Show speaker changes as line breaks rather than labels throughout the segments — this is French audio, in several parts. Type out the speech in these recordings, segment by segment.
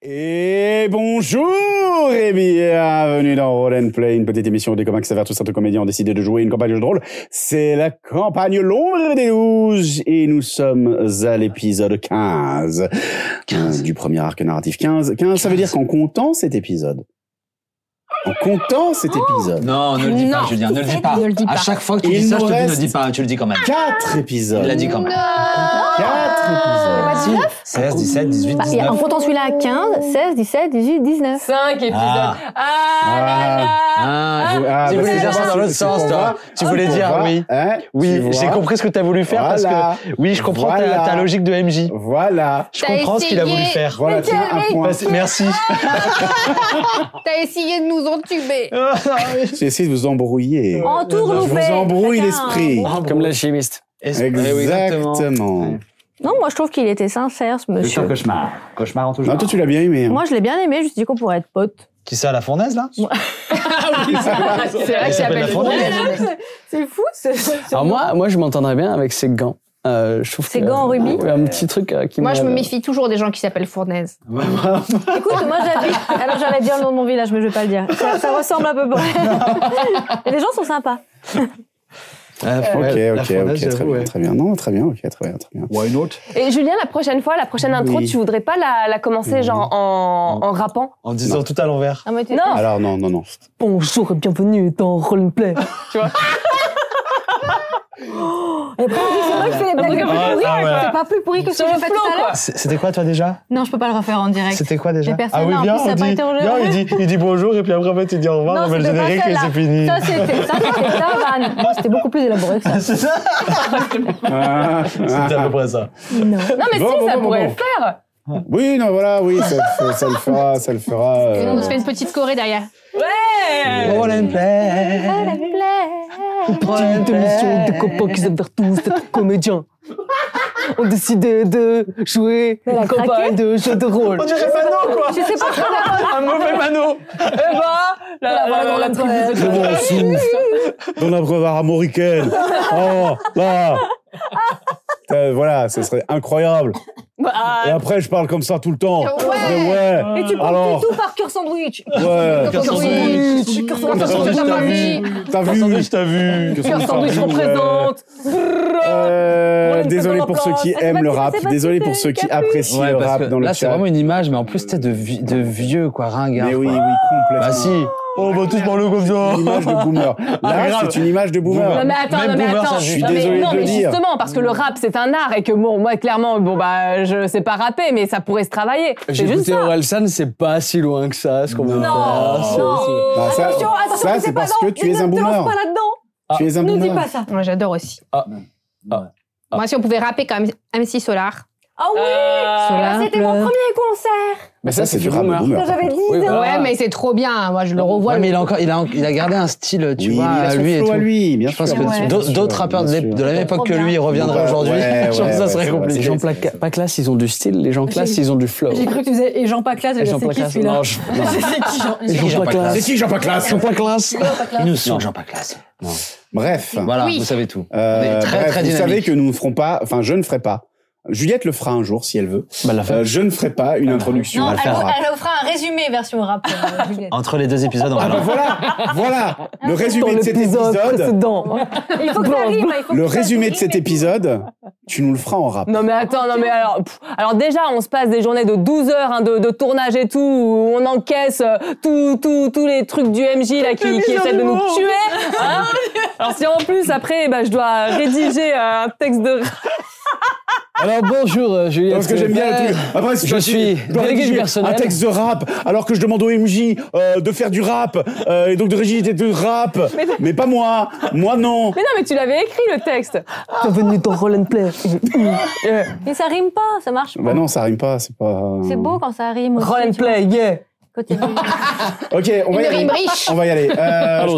Et bonjour et bienvenue dans Roll and Play, une petite émission où des copains qui s'avèrent tous être comédiens ont décidé de jouer une campagne de jeu de rôle. C'est la campagne L'ombre des douze et nous sommes à l'épisode 15,
15.
du premier arc narratif. 15, 15 ça veut dire qu'en comptant cet épisode, en comptant cet épisode,
Non, ne le dis pas,
Non,
Julien, ne le dis pas.
ne le dis
À
pas.
chaque fois que tu
Il
dis ça, je
nous
te dis ne le
reste-
dis pas, tu le dis quand même.
4 épisodes,
Il l'a dit quand même.
Ah,
Quatre épisodes.
Si. 16, 17, 18,
Bah, et en
19.
comptant celui-là à 15, 16, 17, 18, 19.
5 épisodes.
Ah.
Ah,
Ah.
là là
Ah, je-
Ah,
tu
bah,
voulais
c'est
dire
bon,
ça dans
tu-
l'autre
tu
sens,
comprends.
toi. Tu voulais
Tu
dire
vois,
oui.
hein, tu
Oui,
vois.
j'ai compris ce que tu as voulu faire
Voilà.
parce que oui, je comprends ta-
Voilà.
ta, logique de MJ.
Voilà.
Je comprends ce qu'il a voulu faire.
Voilà,
Mais
tiens,
quel
un
mec
point.
Parce- Merci.
T'as essayé de nous entuber.
J'ai essayé de vous embrouiller.
Entoure
Je vous embrouille l'esprit.
Comme l'alchimiste.
Est-ce- Eh oui,
Exactement.
Non, moi je trouve qu'il était sincère, ce monsieur.
cauchemar. Cauchemar en tout
Non, toi, tu l'as bien aimé. hein.
Moi je l'ai bien aimé, je me suis dit qu'on pourrait être potes.
Qui ça, la fournaise là
Ah, C'est vrai
Elle
que
s'appelle
j'appelle
la fournaise.
C'est fou. ce- ce-
Alors moi, moi, je m'entendrais bien avec ces gants. Euh, je trouve
Ces
que-
gants en rubis
Ouais, Un petit truc euh, qui
Moi, je me
m'a-
méfie toujours des gens qui s'appellent Fournaise.
Ah. Écoute, moi j'habite. Alors j'allais dire le nom de mon village, mais je vais pas le dire. Ça, ça ressemble à peu près. Et les gens sont sympas.
La
Ok,
fournaise, la
ok, ok,
fournaise,
très
j'avoue,
bien,
ouais.
très bien. Non, très bien, ok, très bien, très bien.
Why not
Et Julien, la prochaine fois, la prochaine intro,
Oui.
tu voudrais pas la, la commencer genre en, en rappant
En disant tout à l'envers.
Ah
Ah,
Non.
Alors, non, non, non.
Bonjour et bienvenue dans Roleplay. tu vois
Et puis on dit, c'est moi qui fais les blagues les plus
Ah,
pourries. hein.
ah ouais.
C'est pas plus pourri que ce
Sur
que
le
j'ai fait tout
flot,
à l'heure.
quoi.
C'est- C'était quoi toi déjà
Non, je peux pas le refaire en direct.
C'était quoi déjà
Mais personne
Ah oui,
là, en
viens,
plus, ça
on
a pas
dit,
été enregistré.
viens, il dit, il dit bonjour et puis après en fait il dit au revoir,
Non,
on met le
c'était pas
générique et
celle-là.
c'est fini.
Ça c'était ça, c'était ça, Van. Moi, C'était beaucoup plus élaboré que ça.
C'est ça
Ah,
C'était à
ah,
peu près ça.
Non.
Non, mais
Bon,
si,
bon,
ça
bon,
pourrait
bon,
le faire.
ah. Oui, non, voilà, oui, ça, ça le fera, ça le fera. euh,
On se fait une petite chorée derrière.
Ouais
Roll and play. Roll and
petite émission
play.
de copains qui s'aiment tous, d'être comédiens. On décide de jouer
Elle a
une campagne de jeu de rôle.
On dirait pas non quoi
Je sais pas ce qu'on a.
Un mauvais mano
Eh bah, la, la, la, la tribu de-
Euh,
C'est bon, on souffle. euh, Dans la brevard armoricaine. Oh, là. Euh, voilà, ce serait incroyable.
Bah,
Et après, je parle comme ça tout le temps.
Ouais.
Ouais.
Et tu prends
Ah. Alors.
tout par cœur sandwich.
Ouais.
Cœur
sandwich.
sandwich. Cœur
Cœur
sandwich de
sandwich,
ta
t'as
famille.
T'as vu
je t'ai vu
Cœur sandwich
Ouais.
représente.
Euh,
Roland,
désolé
fais-moi
pour ceux
place.
qui
Ah, c'est
aiment
pas
le
qui,
rap,
c'est pas
désolé
qui,
pour
c'est
ceux qui
Capu.
apprécient le rap dans le
là, c'est
chat.
vraiment une image, mais en plus, t'es de, vi- de vieux, quoi, ringard.
Mais oui, oui,
quoi.
complètement.
Bah si.
Oh, On va tous parler comme
Une
ça
image de boomer. Là,
grave.
c'est une image de
Non
boomer.
mais attends,
Même
non mais
Boomer,
attends.
ça, je suis
non, mais-
désolé
non,
de le
mais
dire.
justement parce que le rap c'est un art et que bon moi clairement bon bah je sais pas rapper mais ça pourrait se travailler.
J'ai
C'est juste
écouté
ça.
Orelsan, c'est pas si loin que ça, ce qu'on veut
Non,
faire.
non.
Bah, Ah, ça,
Attention, attention,
ça,
mais
c'est parce
pas
que
dans-
tu es
ne
un
te lance
boomer.
pas là-dedans.
Tu es un
Nous dis
boomer.
pas ça.
Moi, j'adore aussi.
Ah. Ah. Ah.
Moi, si on pouvait rapper comme MC Solar.
Ah oui
Euh,
Solar.
C'était mon premier concert
Mais ça, c'est du rap de
boomer.
boomer.
quand j'avais 10
Oui,
ans.
voilà.
Ouais, mais c'est trop bien. Moi, je le
Ouais,
revois. le-
mais il a encore, il a, il a gardé un style, tu
Oui,
vois,
il a
à
son
lui et
flow
tout.
à lui, bien
Je pense
sûr.
que
Ouais.
d'au- d'autres rappeurs de,
Bien
l'ép-
sûr.
de la même époque que lui reviendraient
Ouais,
aujourd'hui.
ouais,
je pense que
ouais,
ça
ouais,
serait
c'est
compliqué.
vrai.
Les gens pla- pas classe, ils ont du style. Les gens classe, ils ont du
bah,
flow.
J'ai cru que tu faisais et Jean Paclas et
Les gens
je sais
pas
qui
classe.
celui-là.
Non, je-
C'est qui Jean
Les gens pas classe.
qui, Jean Classe
Ils sont pas classe.
Ils nous sont gens pas classe.
Bref.
Voilà,
Oui.
vous savez tout.
Euh,
On est très,
bref,
très
vous savez
dynamique.
que nous ne ferons pas, enfin, je ne ferai pas. Juliette le fera un jour si elle veut. Euh, je ne ferai pas une introduction.
Non,
à
elle,
faire rap.
elle offra un résumé version rap. euh, Juliette.
Entre les deux épisodes, on va
Ah bah
leur-
voilà, voilà le
Dans
résumé de cet
l'épisode
épisode.
précédent.
il faut que ça rime. il faut
Le
que ça
résumé de
rime.
cet épisode, tu nous le feras en rap.
Non mais attends, non mais alors, pff, alors déjà on se passe des journées de 12 heures hein, de, de tournage et tout, où on encaisse euh, tout, tout, tous les trucs du MJ là qui, qui essaient de nous tuer. hein. alors si en plus après bah, je dois rédiger euh, un texte de...
Alors bonjour, euh, Juliette.
Parce que j'aime bien le
Prévert.
truc. Après, c'est
Je
facile.
suis
Je dois
délégué du
rédiger
personnel.
Un texte de rap, alors que je demande au MJ euh, de faire du rap, euh, et donc de rédiger du rap. Mais, pas moi. Moi, non.
Mais non mais tu l'avais écrit le texte.
Bienvenue dans Roll and Play.
Euh,
Mais ça rime pas, ça marche
Bah
pas.
non, ça rime pas, c'est pas.
C'est beau quand ça rime. aussi,
Roll and
tu vois,
play, yeah.
quand il y a du-
Ok, on va y
Une
aller.
rime riche.
On va y aller. Euh, je crois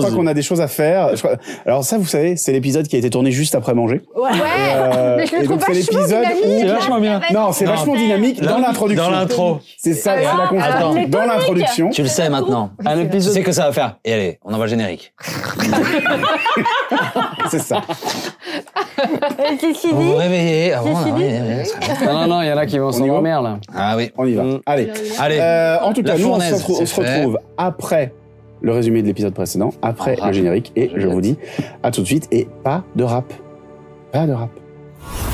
Allons-y.
qu'on a des choses à faire. Je crois- Alors ça, vous savez, c'est l'épisode qui a été tourné juste après manger.
Ouais.
Euh,
Mais je le
et donc
trouve
c'est
vachement
l'épisode
dynamique.
où-
C'est vachement bien.
Non, c'est vachement dynamique dans
Là,
l'introduction.
Dans l'intro.
C'est ça, c'est la
attends.
conclusion. Dans l'introduction.
Tu le sais maintenant. Tu
Un
sais
épisode.
que ça va faire. Et allez, on envoie le générique.
C'est ça.
Et ceci
Vous vous
dit,
réveillez avant.
Ceci
là,
dit-
oui, oui, oui, ça va.
Non, non, non, il y en a qui vont
y va
s'endormir là.
Ah oui.
On y va.
Mm.
Allez.
Allez.
Euh, en tout
La
cas, nous, on se,
fournaise,
retrouve, on
c'est
se
fait.
retrouve après le résumé de l'épisode précédent, après
En rap.
le générique. Et je
Génial.
vous dis à tout de suite. Et pas de rap. Pas de rap.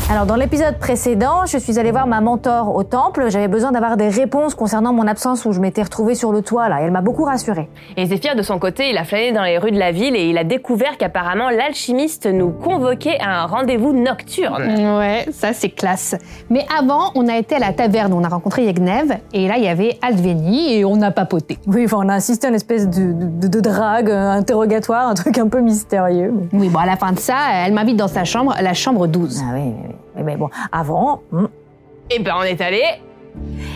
Alors, dans l'épisode précédent, je suis allée voir ma mentor au temple. J'avais besoin d'avoir des réponses concernant mon absence où je m'étais retrouvée sur le toit, là. Et elle m'a beaucoup rassurée.
Et Zéphyr, de son côté, il a flâné dans les rues de la ville et il a découvert qu'apparemment l'alchimiste nous convoquait à un rendez-vous nocturne.
Ouais, ça c'est classe. Mais avant, on a été à la taverne, on a rencontré Yegnev, et là il y avait Aldveni, et on a papoté.
Oui, enfin, on a assisté à une espèce de, de, de drague, euh, interrogatoire, un truc un peu mystérieux. mais-
Oui, bon, à la fin de ça, elle m'invite dans sa chambre, la chambre 12.
Ah oui, oui, oui. Eh ben bon, avant, hmm,
Et ben on est allé,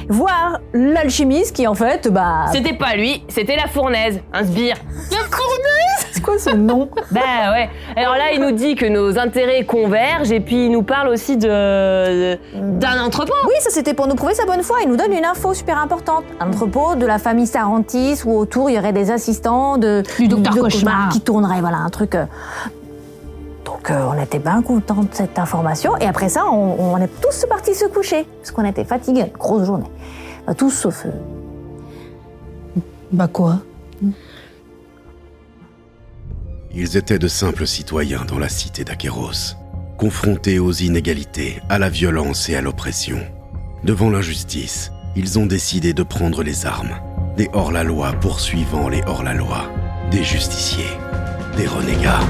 voir l'alchimiste qui, en fait, bah...
Ah
c'était pas lui, c'était la fournaise, un sbire.
C'est quoi ce nom
Bah ouais. Alors là, il nous dit que nos intérêts convergent et puis il nous parle aussi de d'un entrepôt.
Oui, ça c'était pour nous prouver sa bonne foi. Il nous donne une info super importante. Un Entrepôt de la famille Sarantis où autour il y aurait des assistants de
Du docteur Cauchemar.
voilà, qui tourneraient. Voilà un truc. euh. Donc euh, on était bien contents de cette information. Et après ça, on, on est tous partis se coucher parce qu'on était fatigués. Grosse journée. Enfin, tous sauf. euh,
Bah quoi
Ils étaient de simples citoyens dans la cité d'Aqueros, confrontés aux inégalités, à la violence et à l'oppression. Devant l'injustice, ils ont décidé de prendre les armes, des hors-la-loi poursuivant les hors-la-loi, des justiciers, des renégats.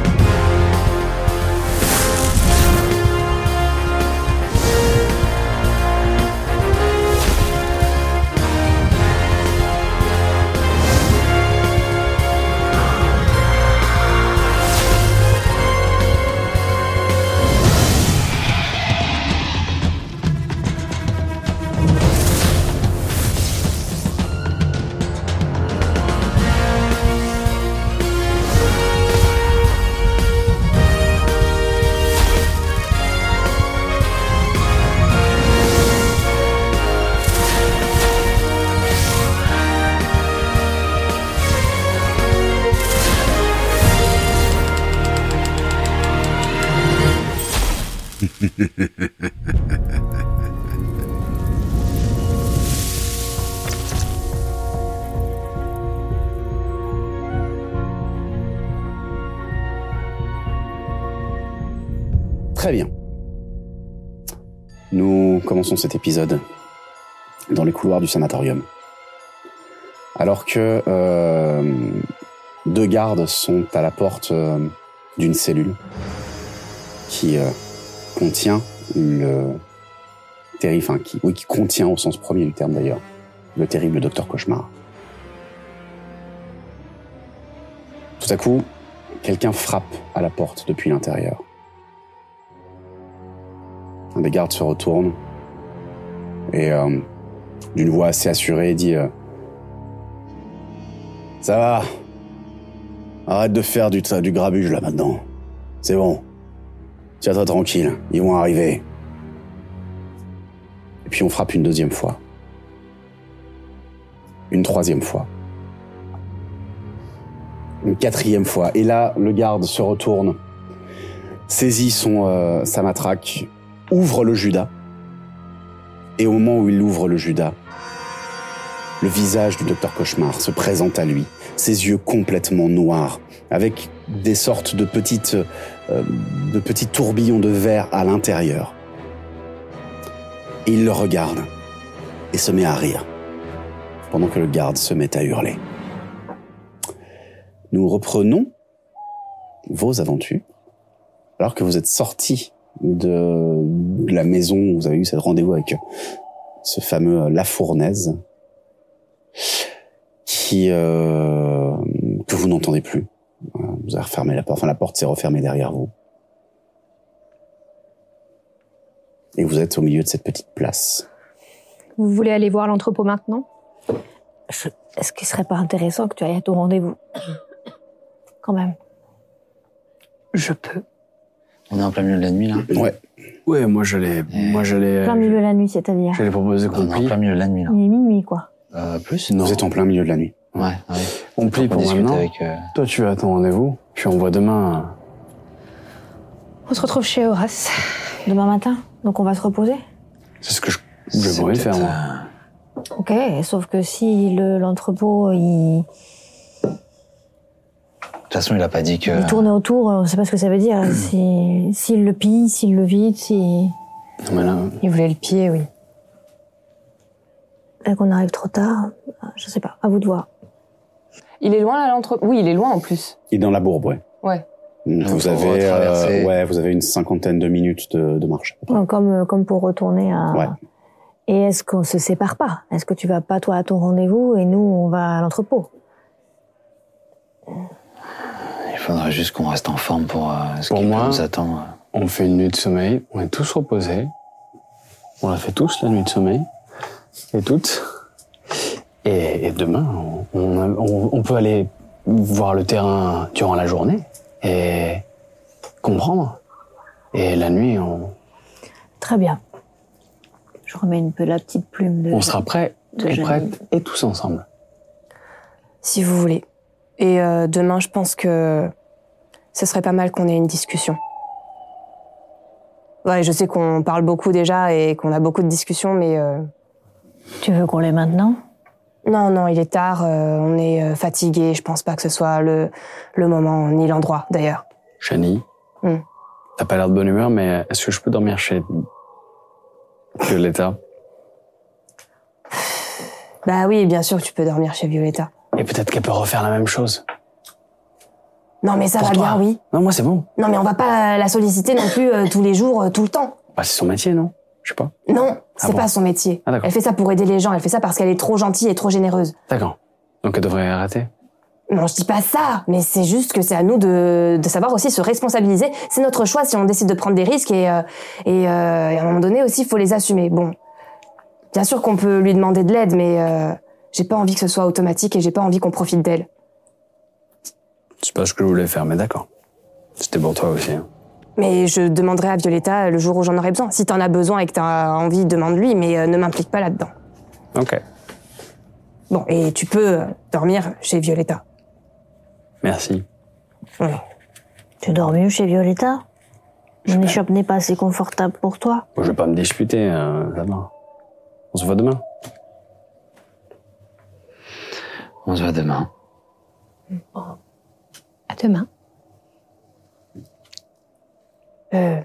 Très bien. Nous commençons cet épisode dans les couloirs du sanatorium. Alors que euh, deux gardes sont à la porte euh, d'une cellule qui euh, contient le terrible, enfin qui, oui, qui contient au sens premier du terme d'ailleurs, le terrible docteur cauchemar. Tout à coup, quelqu'un frappe à la porte depuis l'intérieur. Un des gardes se retourne et euh, d'une voix assez assurée dit euh, Ça va Arrête de faire du, du grabuge là maintenant. C'est bon. Tiens-toi tranquille, ils vont arriver. Et puis on frappe une deuxième fois. Une troisième fois. Une quatrième fois. Et là, le garde se retourne, saisit son, euh, sa matraque, ouvre le Judas. Et au moment où il ouvre le Judas, le visage du docteur Cauchemar se présente à lui, ses yeux complètement noirs, avec des sortes de petites, euh, de petits tourbillons de verre à l'intérieur. Et il le regarde et se met à rire, pendant que le garde se met à hurler. Nous reprenons vos aventures, alors que vous êtes sortis de, de la maison où vous avez eu ce rendez-vous avec euh, ce fameux euh, La Fournaise, qui euh, que vous n'entendez plus. Euh, Vous avez refermé la porte, enfin la porte s'est refermée derrière vous. Et vous êtes au milieu de cette petite place.
Vous voulez aller voir l'entrepôt maintenant
je- Est-ce qu'il serait pas intéressant que tu ailles à ton rendez-vous Quand même.
Je peux.
On est en plein milieu de la nuit là.
Ouais.
Ouais, moi j'allais. Moi j'allais.
Plein milieu de la nuit, c'est-à-dire.
J'allais proposer
On
qu'on
est en
plie.
plein milieu de la nuit là.
Il est minuit, quoi.
Euh, plus
Vous êtes en plein milieu de la nuit.
Ouais. ouais.
On plie
On
pour
discute
maintenant.
avec. euh,
Toi, tu vas à ton rendez-vous, puis on voit demain.
On se retrouve chez Horace.
Demain matin. Donc on va se reposer.
C'est ce que je, je pourrais faire,
euh,
moi.
hein.
Ok, sauf que si le- l'entrepôt il,
De toute façon, il a pas dit que.
il tournait autour, on ne sait pas ce que ça veut dire. Si- S'il le pille, s'il le vide, si.
Non, mais là,
Il voulait le pied, oui.
Peut-être qu'on arrive trop tard. Je sais pas, à vous de voir.
Il est loin, là, l'entre... Oui, il est loin, en plus.
Il est dans la bourbe, ouais.
Ouais.
Mm,
Donc,
Vous
faut
avez, euh,
retraverser.
ouais, vous avez une cinquantaine de minutes de, de marche.
Donc, Comme, euh, comme pour retourner à.
Ouais.
Et est-ce qu'on se sépare pas Est-ce que tu vas pas, toi, à ton rendez-vous et nous, on va à l'entrepôt
Il faudrait juste qu'on reste en forme pour euh, ce
Pour
qui peut
moi-
nous attend. euh.
On fait une nuit de sommeil, on est tous reposés. On la fait tous, la nuit de sommeil. Et toutes. Et, et demain, on, on a- on- on peut aller voir le terrain durant la journée et comprendre. Et la nuit, on,
Très bien. Je remets une peu la petite plume de.
on sera prêts
de
et
jeune.
prêtes et tous ensemble.
Si vous voulez. Et euh, demain, je pense que ce serait pas mal qu'on ait une discussion. Ouais, je sais qu'on parle beaucoup déjà et qu'on a beaucoup de discussions, mais euh,
Tu veux qu'on l'ait maintenant
non, non, il est tard, euh, on est euh, fatigué, je pense pas que ce soit le, le moment ni l'endroit d'ailleurs.
Chani,
Hmm.
t'as pas l'air de bonne humeur, mais est-ce que je peux dormir chez Violetta
Bah oui, bien sûr que tu peux dormir chez Violetta.
Et peut-être qu'elle peut refaire la même chose.
Non, mais ça
Pour
va
toi.
bien, oui.
Non, moi c'est bon.
Non, mais on va pas la solliciter non plus euh, tous les jours, euh, tout le temps.
Bah, c'est son métier, non Je sais pas.
Non, c'est
Ah bon
pas son métier.
Ah, d'accord.
elle fait ça pour aider les gens, elle fait ça parce qu'elle est trop gentille et trop généreuse.
D'accord. Donc elle devrait arrêter.
Non, je dis pas ça, mais c'est juste que c'est à nous de, de savoir aussi se responsabiliser. C'est notre choix si on décide de prendre des risques et, euh, et, euh, et à un moment donné aussi, il faut les assumer. Bon, bien sûr qu'on peut lui demander de l'aide, mais euh, j'ai pas envie que ce soit automatique et j'ai pas envie qu'on profite d'elle.
C'est pas ce que je voulais faire, mais d'accord. C'était pour toi aussi. hein.
Mais je demanderai à Violetta le jour où j'en aurai besoin. Si t'en as besoin et que t'as envie, demande-lui, mais euh, ne m'implique pas là-dedans.
Ok.
Bon, et tu peux euh, dormir chez Violetta.
Merci.
Tu dors mieux chez Violetta Mon échoppe n'est pas assez confortable pour toi.
Bon, je vais pas me disputer, euh, ça va. On se voit demain.
On se voit demain.
À demain.
Euh...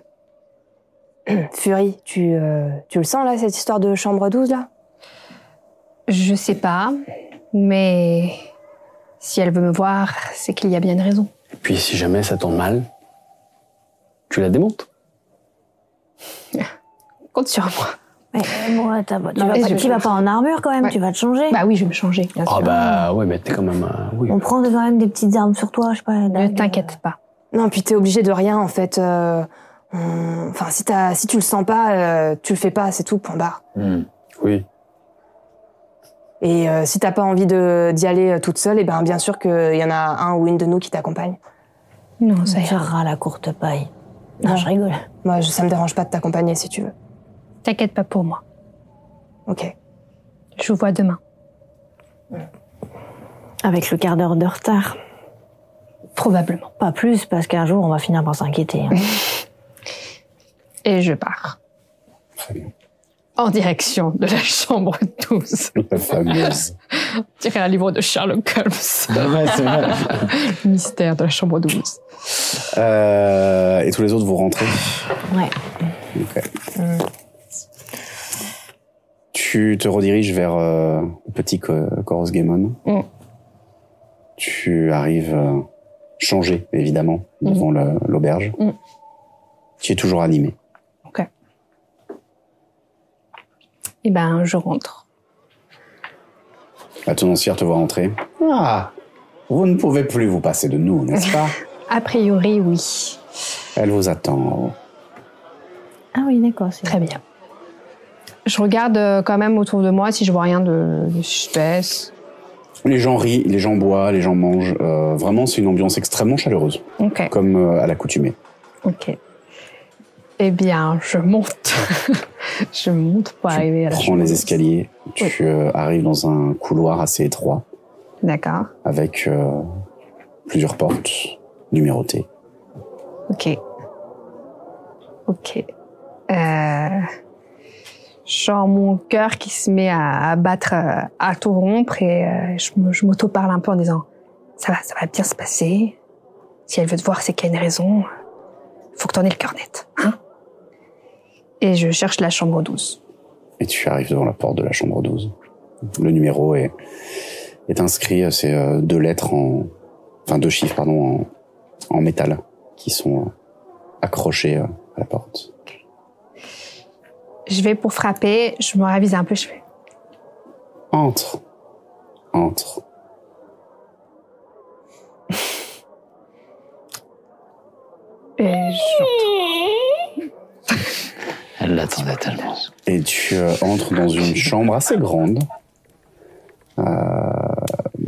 Fury, tu, euh, tu le sens là, cette histoire de chambre 12 là
Je sais pas, mais si elle veut me voir, c'est qu'il y a bien une raison.
Et puis si jamais ça tourne mal, tu la démontes.
Compte sur moi.
Mais moi, t'as- tu,
mais
vas pas,
je-
tu vas pas en armure quand même,
Ouais.
tu vas te changer.
Bah oui, je vais me changer. bien
Ah
sûr.
bah ouais, mais t'es quand même. euh, oui.
on prend quand même des petites armes sur toi, je sais pas.
Ne t'inquiète pas.
Non, puis t'es obligé de rien en fait. euh, on- Enfin, si, t'as- si tu le sens pas, euh, tu le fais pas, c'est tout, point barre.
Hmm.
Oui.
Et euh, si t'as pas envie de- d'y aller euh, toute seule, et ben bien sûr qu'il y en a un ou une de nous qui t'accompagne.
Non, ça
Ça
ira.
ira la courte paille. Non, je rigole.
Moi, je, ça me dérange pas de t'accompagner si tu veux.
T'inquiète pas pour moi.
Ok.
Je vous vois demain.
Avec le quart d'heure de retard.
Probablement.
Pas plus, parce qu'un jour, on va finir par s'inquiéter. hein.
Et je pars. En direction de la chambre 12.
La fameuse.
Tirer un livre de Sherlock Holmes.
ouais, c'est vrai.
Mystère de la chambre 12.
Euh, et tous les autres, vous rentrez.
Ouais.
Ok. Tu te rediriges vers euh, le petit co- Coros Gaemon.
Mm.
Tu arrives euh, changé, évidemment, devant le- l'auberge.
Mm.
Tu es toujours animé.
Et ben, je rentre.
La tenancière te voit entrer. Ah Vous ne pouvez plus vous passer de nous, n'est-ce pas
A priori, oui.
Elle vous attend. en haut.
Ah oui, d'accord. c'est-
Très bien. Je regarde euh, quand même autour de moi si je vois rien de, de suspect.
Les gens rient, les gens boivent, les gens mangent. Euh, vraiment, c'est une ambiance extrêmement chaleureuse,
Ok,
comme euh, à l'accoutumée.
ok. Eh bien, je monte. je monte pour
Tu
arriver à la
prends
chambre
les
12.
escaliers, tu euh, arrives dans un couloir assez étroit
D'accord,
avec euh, plusieurs portes numérotées.
ok.
Ok.
Euh, genre mon cœur qui se met à, à battre euh, à tout rompre et euh, je, me- je m'auto-parle un peu en disant ça va, ça va bien se passer. Si elle veut te voir, c'est qu'il y a une raison. Faut que t'en aies le cœur net, hein Et je cherche la chambre 12.
Et tu arrives devant la porte de la chambre 12. Le numéro est, est inscrit, euh, c'est euh, deux lettres en, enfin deux chiffres, pardon, en, en métal qui sont euh, accrochés euh, à la porte.
Je vais pour frapper, je me ravise un peu, je fais
Entre. Entre.
et euh, je-
Elle l'attendait tellement.
Et tu euh, entres dans une chambre assez grande, euh,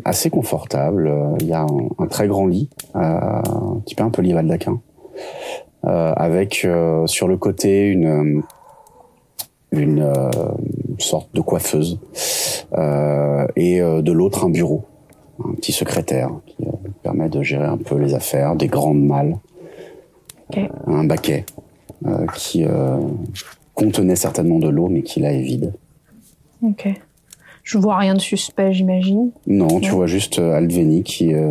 assez confortable. Euh, Il y a un, un très grand lit, euh, un petit peu un peu lit Valdaquin, euh, avec euh, sur le côté une euh, une euh, sorte de coiffeuse euh, et euh, de l'autre un bureau, un petit secrétaire qui euh, permet de gérer un peu les affaires, des grandes malles,
Ok.
euh, un baquet euh, qui euh, contenait certainement de l'eau, mais qui là est vide.
Ok. Je vois rien de suspect, j'imagine.
Non, tu vois juste euh, Alveni qui est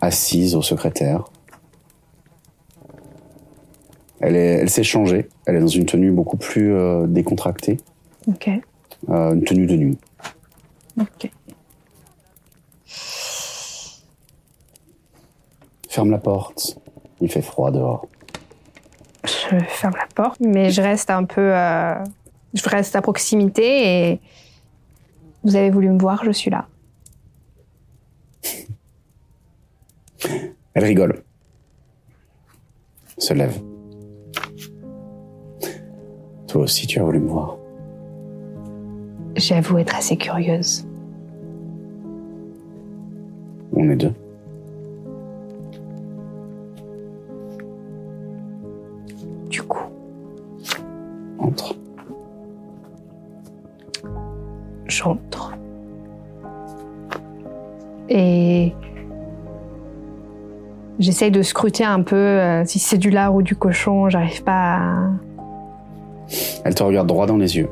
assise au secrétaire. Elle est, elle s'est changée. Elle est dans une tenue beaucoup plus euh, décontractée,
Ok.
euh, une tenue de nuit.
Ok.
Ferme la porte. Il fait froid dehors.
Je ferme la porte, mais je reste un peu. euh, je reste à proximité et. Vous avez voulu me voir, je suis là.
Elle rigole. Se lève. Toi aussi, tu as voulu me voir.
J'avoue être assez curieuse.
On est deux.
Du coup,
Entre.
j'entre. Et. J'essaye de scruter un peu euh, si c'est du lard ou du cochon, j'arrive pas à.
Elle te regarde droit dans les yeux.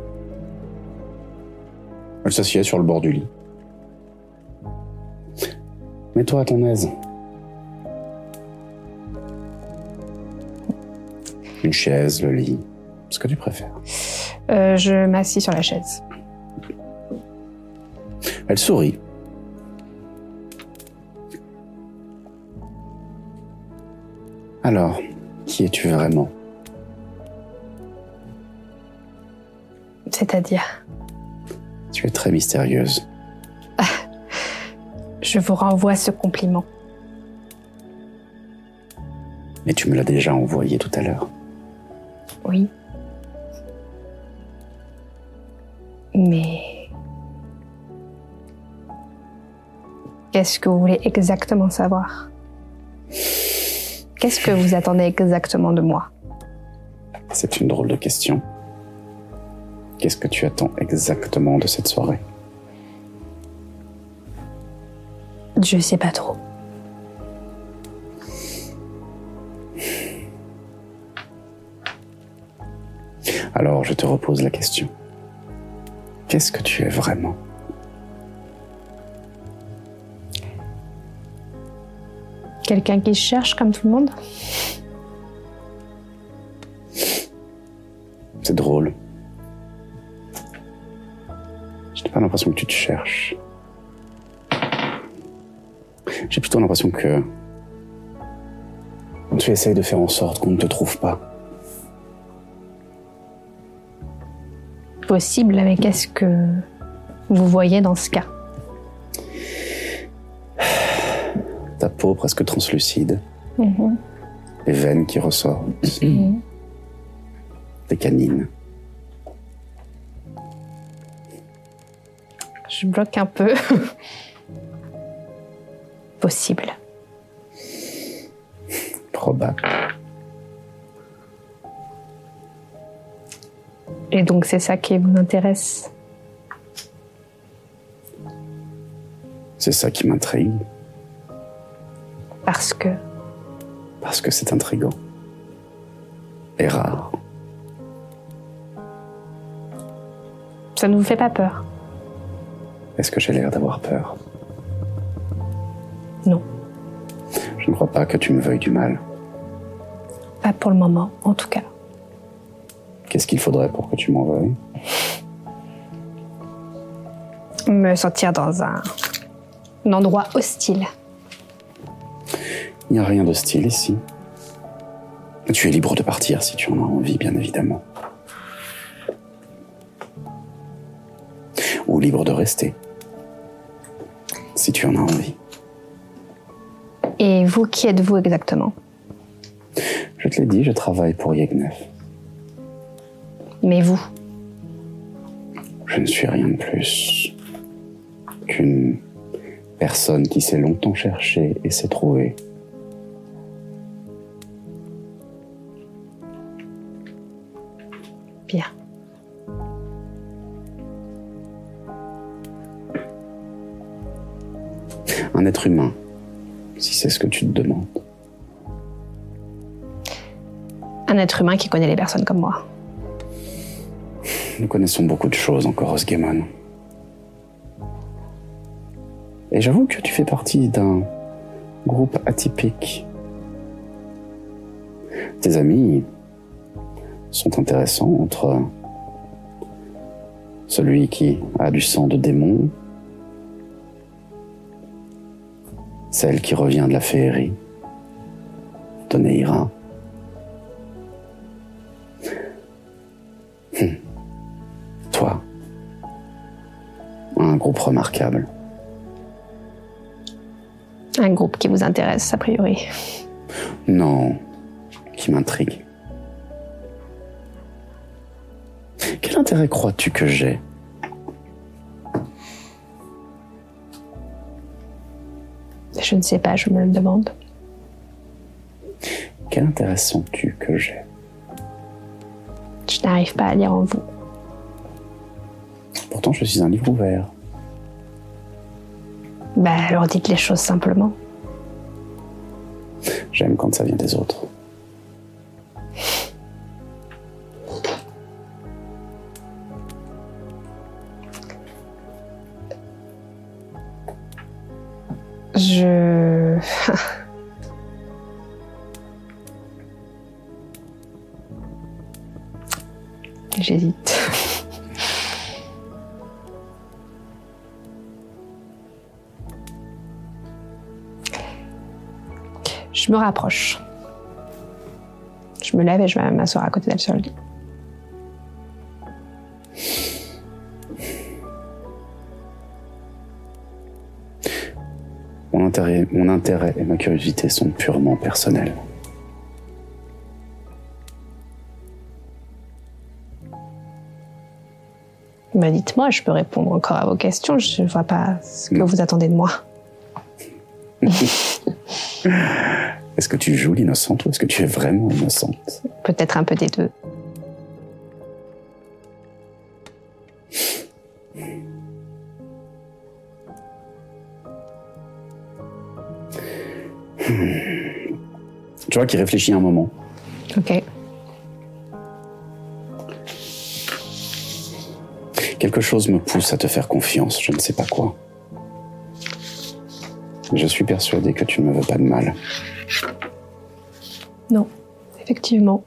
Elle s'assied sur le bord du lit. Mets-toi à ton aise. Une chaise, le lit, ce que tu préfères.
Euh, je m'assis sur la chaise.
Elle sourit. Alors, qui es-tu vraiment
C'est-à-dire,
Tu es très mystérieuse.
je vous renvoie ce compliment.
Mais tu me l'as déjà envoyé tout à l'heure.
Oui. Mais. Qu'est-ce que vous voulez exactement savoir Qu'est-ce que vous attendez exactement de moi
C'est une drôle de question. Qu'est-ce que tu attends exactement de cette soirée
Je sais pas trop.
Alors je te repose la question. Qu'est-ce que tu es vraiment
Quelqu'un qui cherche comme tout le monde
C'est drôle. Je n'ai pas l'impression que tu te cherches. J'ai plutôt l'impression que tu essayes de faire en sorte qu'on ne te trouve pas.
Possible, mais qu'est-ce que vous voyez dans ce cas
Ta peau presque translucide, des veines qui ressortent, des canines.
Je bloque un peu. Possible.
Probable.
Et donc c'est ça qui vous intéresse
C'est ça qui m'intrigue,
Parce que
parce que c'est intrigant. Et rare.
Ça ne vous fait pas peur
Est-ce que j'ai l'air d'avoir peur
Non.
Je ne crois pas que tu me veuilles du mal.
Pas pour le moment, en tout cas.
Qu'est-ce qu'il faudrait pour que tu m'en veuilles
Me sentir dans un, un endroit hostile.
Il n'y a rien de style ici. Tu es libre de partir si tu en as envie, bien évidemment. Ou libre de rester, si tu en as envie.
Et vous, qui êtes-vous exactement
Je te l'ai dit, je travaille pour Yegnef.
Mais vous,
Je ne suis rien de plus qu'une personne qui s'est longtemps cherchée et s'est trouvée.
bien.
Un être humain, si c'est ce que tu te demandes.
Un être humain qui connaît les personnes comme moi.
Nous connaissons beaucoup de choses encore, Osgemon. Et j'avoue que tu fais partie d'un groupe atypique. Tes amis sont intéressants entre celui qui a du sang de démon, celle qui revient de la féerie, de Neira. Hum. Toi, un groupe remarquable.
Un groupe qui vous intéresse, a priori.
Non, qui m'intrigue. Quel intérêt crois-tu que j'ai
Je ne sais pas, je me le demande.
Quel intérêt sens-tu que j'ai
Je n'arrive pas à lire en vous.
Pourtant, je suis un livre ouvert.
Bah alors dites les choses simplement.
J'aime quand ça vient des autres.
Je. J'hésite. Je me rapproche. Je me lève et je vais m'asseoir à côté d'elle sur le lit.
Mon intérêt, mon intérêt et ma curiosité sont purement personnels.
Bah, dites-moi, je peux répondre encore à vos questions. Je ne vois pas ce que vous attendez de moi.
Est-ce que tu joues l'innocente ou est-ce que tu es vraiment innocente
Peut-être un peu des deux.
Tu vois qu'il réfléchit un moment.
Ok.
Quelque chose me pousse à te faire confiance, je ne sais pas quoi. Je suis persuadé que tu ne me veux pas de mal.
Non, effectivement.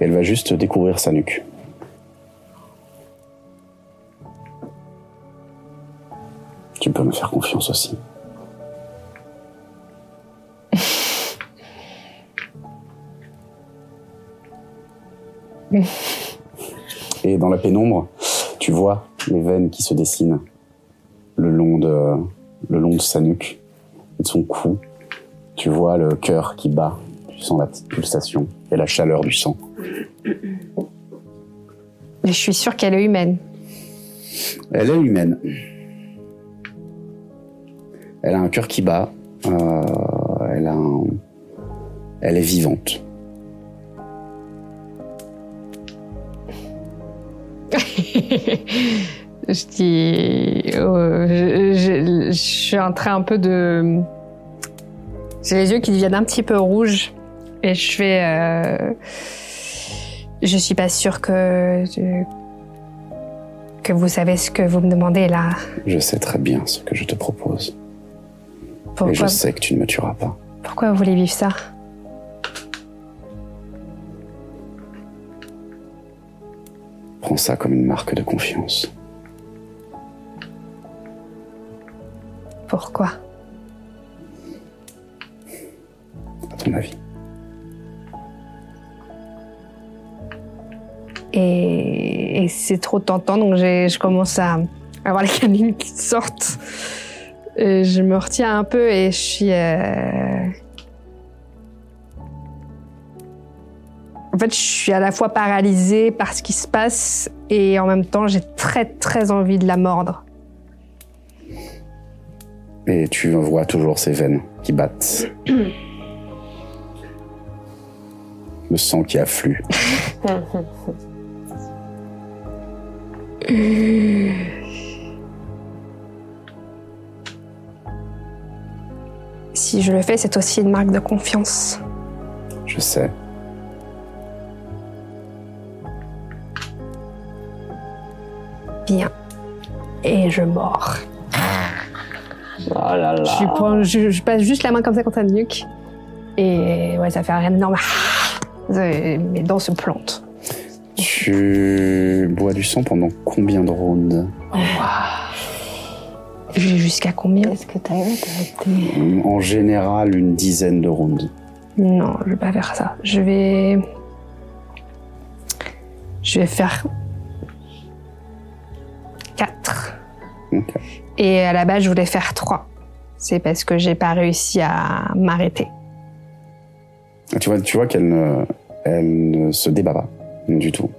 Elle va juste découvrir sa nuque. Tu peux me faire confiance aussi. Et dans la pénombre, tu vois les veines qui se dessinent le long de, le long de sa nuque et de son cou. Tu vois le cœur qui bat. Tu sens la petite pulsation et la chaleur du sang.
Mais je suis sûre qu'elle est humaine.
Elle est humaine. Elle a un cœur qui bat. euh, elle a un- Elle est vivante.
Je dis. euh, je, je- je suis en train un peu de. J'ai les yeux qui deviennent un petit peu rouges. Et je fais. euh, Je suis pas sûre que. que vous savez ce que vous me demandez là.
Je sais très bien ce que je te propose. Et je
Pourquoi,
sais que tu ne me tueras pas.
pourquoi vous voulez vivre ça
Prends ça comme une marque de confiance.
Pourquoi
À ton avis,
Et, et c'est trop tentant, donc j'ai- je commence à avoir les canines qui sortent. Euh, je me retiens un peu et je suis. euh, En fait, je suis à la fois paralysée par ce qui se passe et en même temps, j'ai très très envie de la mordre.
Et tu vois toujours ces veines qui battent. Le sang qui afflue.
Si je le fais, c'est aussi une marque de confiance.
Je sais.
Bien. Et je mords.
Oh là là.
Je, lui prends- je- je passe juste la main comme ça contre la nuque. Et ouais, ça fait rien énorme. Euh, Mes dents se plantent.
Tu bois du sang pendant combien de rounds
J'ai jusqu'à combien
Est-ce que t'as arrêté
En général, une dizaine de rounds.
Non, je vais pas faire ça. Je vais. Je vais faire. 4.
Ok.
Et à la base, je voulais faire 3. C'est parce que j'ai pas réussi à m'arrêter.
Tu vois, tu vois qu'elle ne, elle ne se débat pas du tout.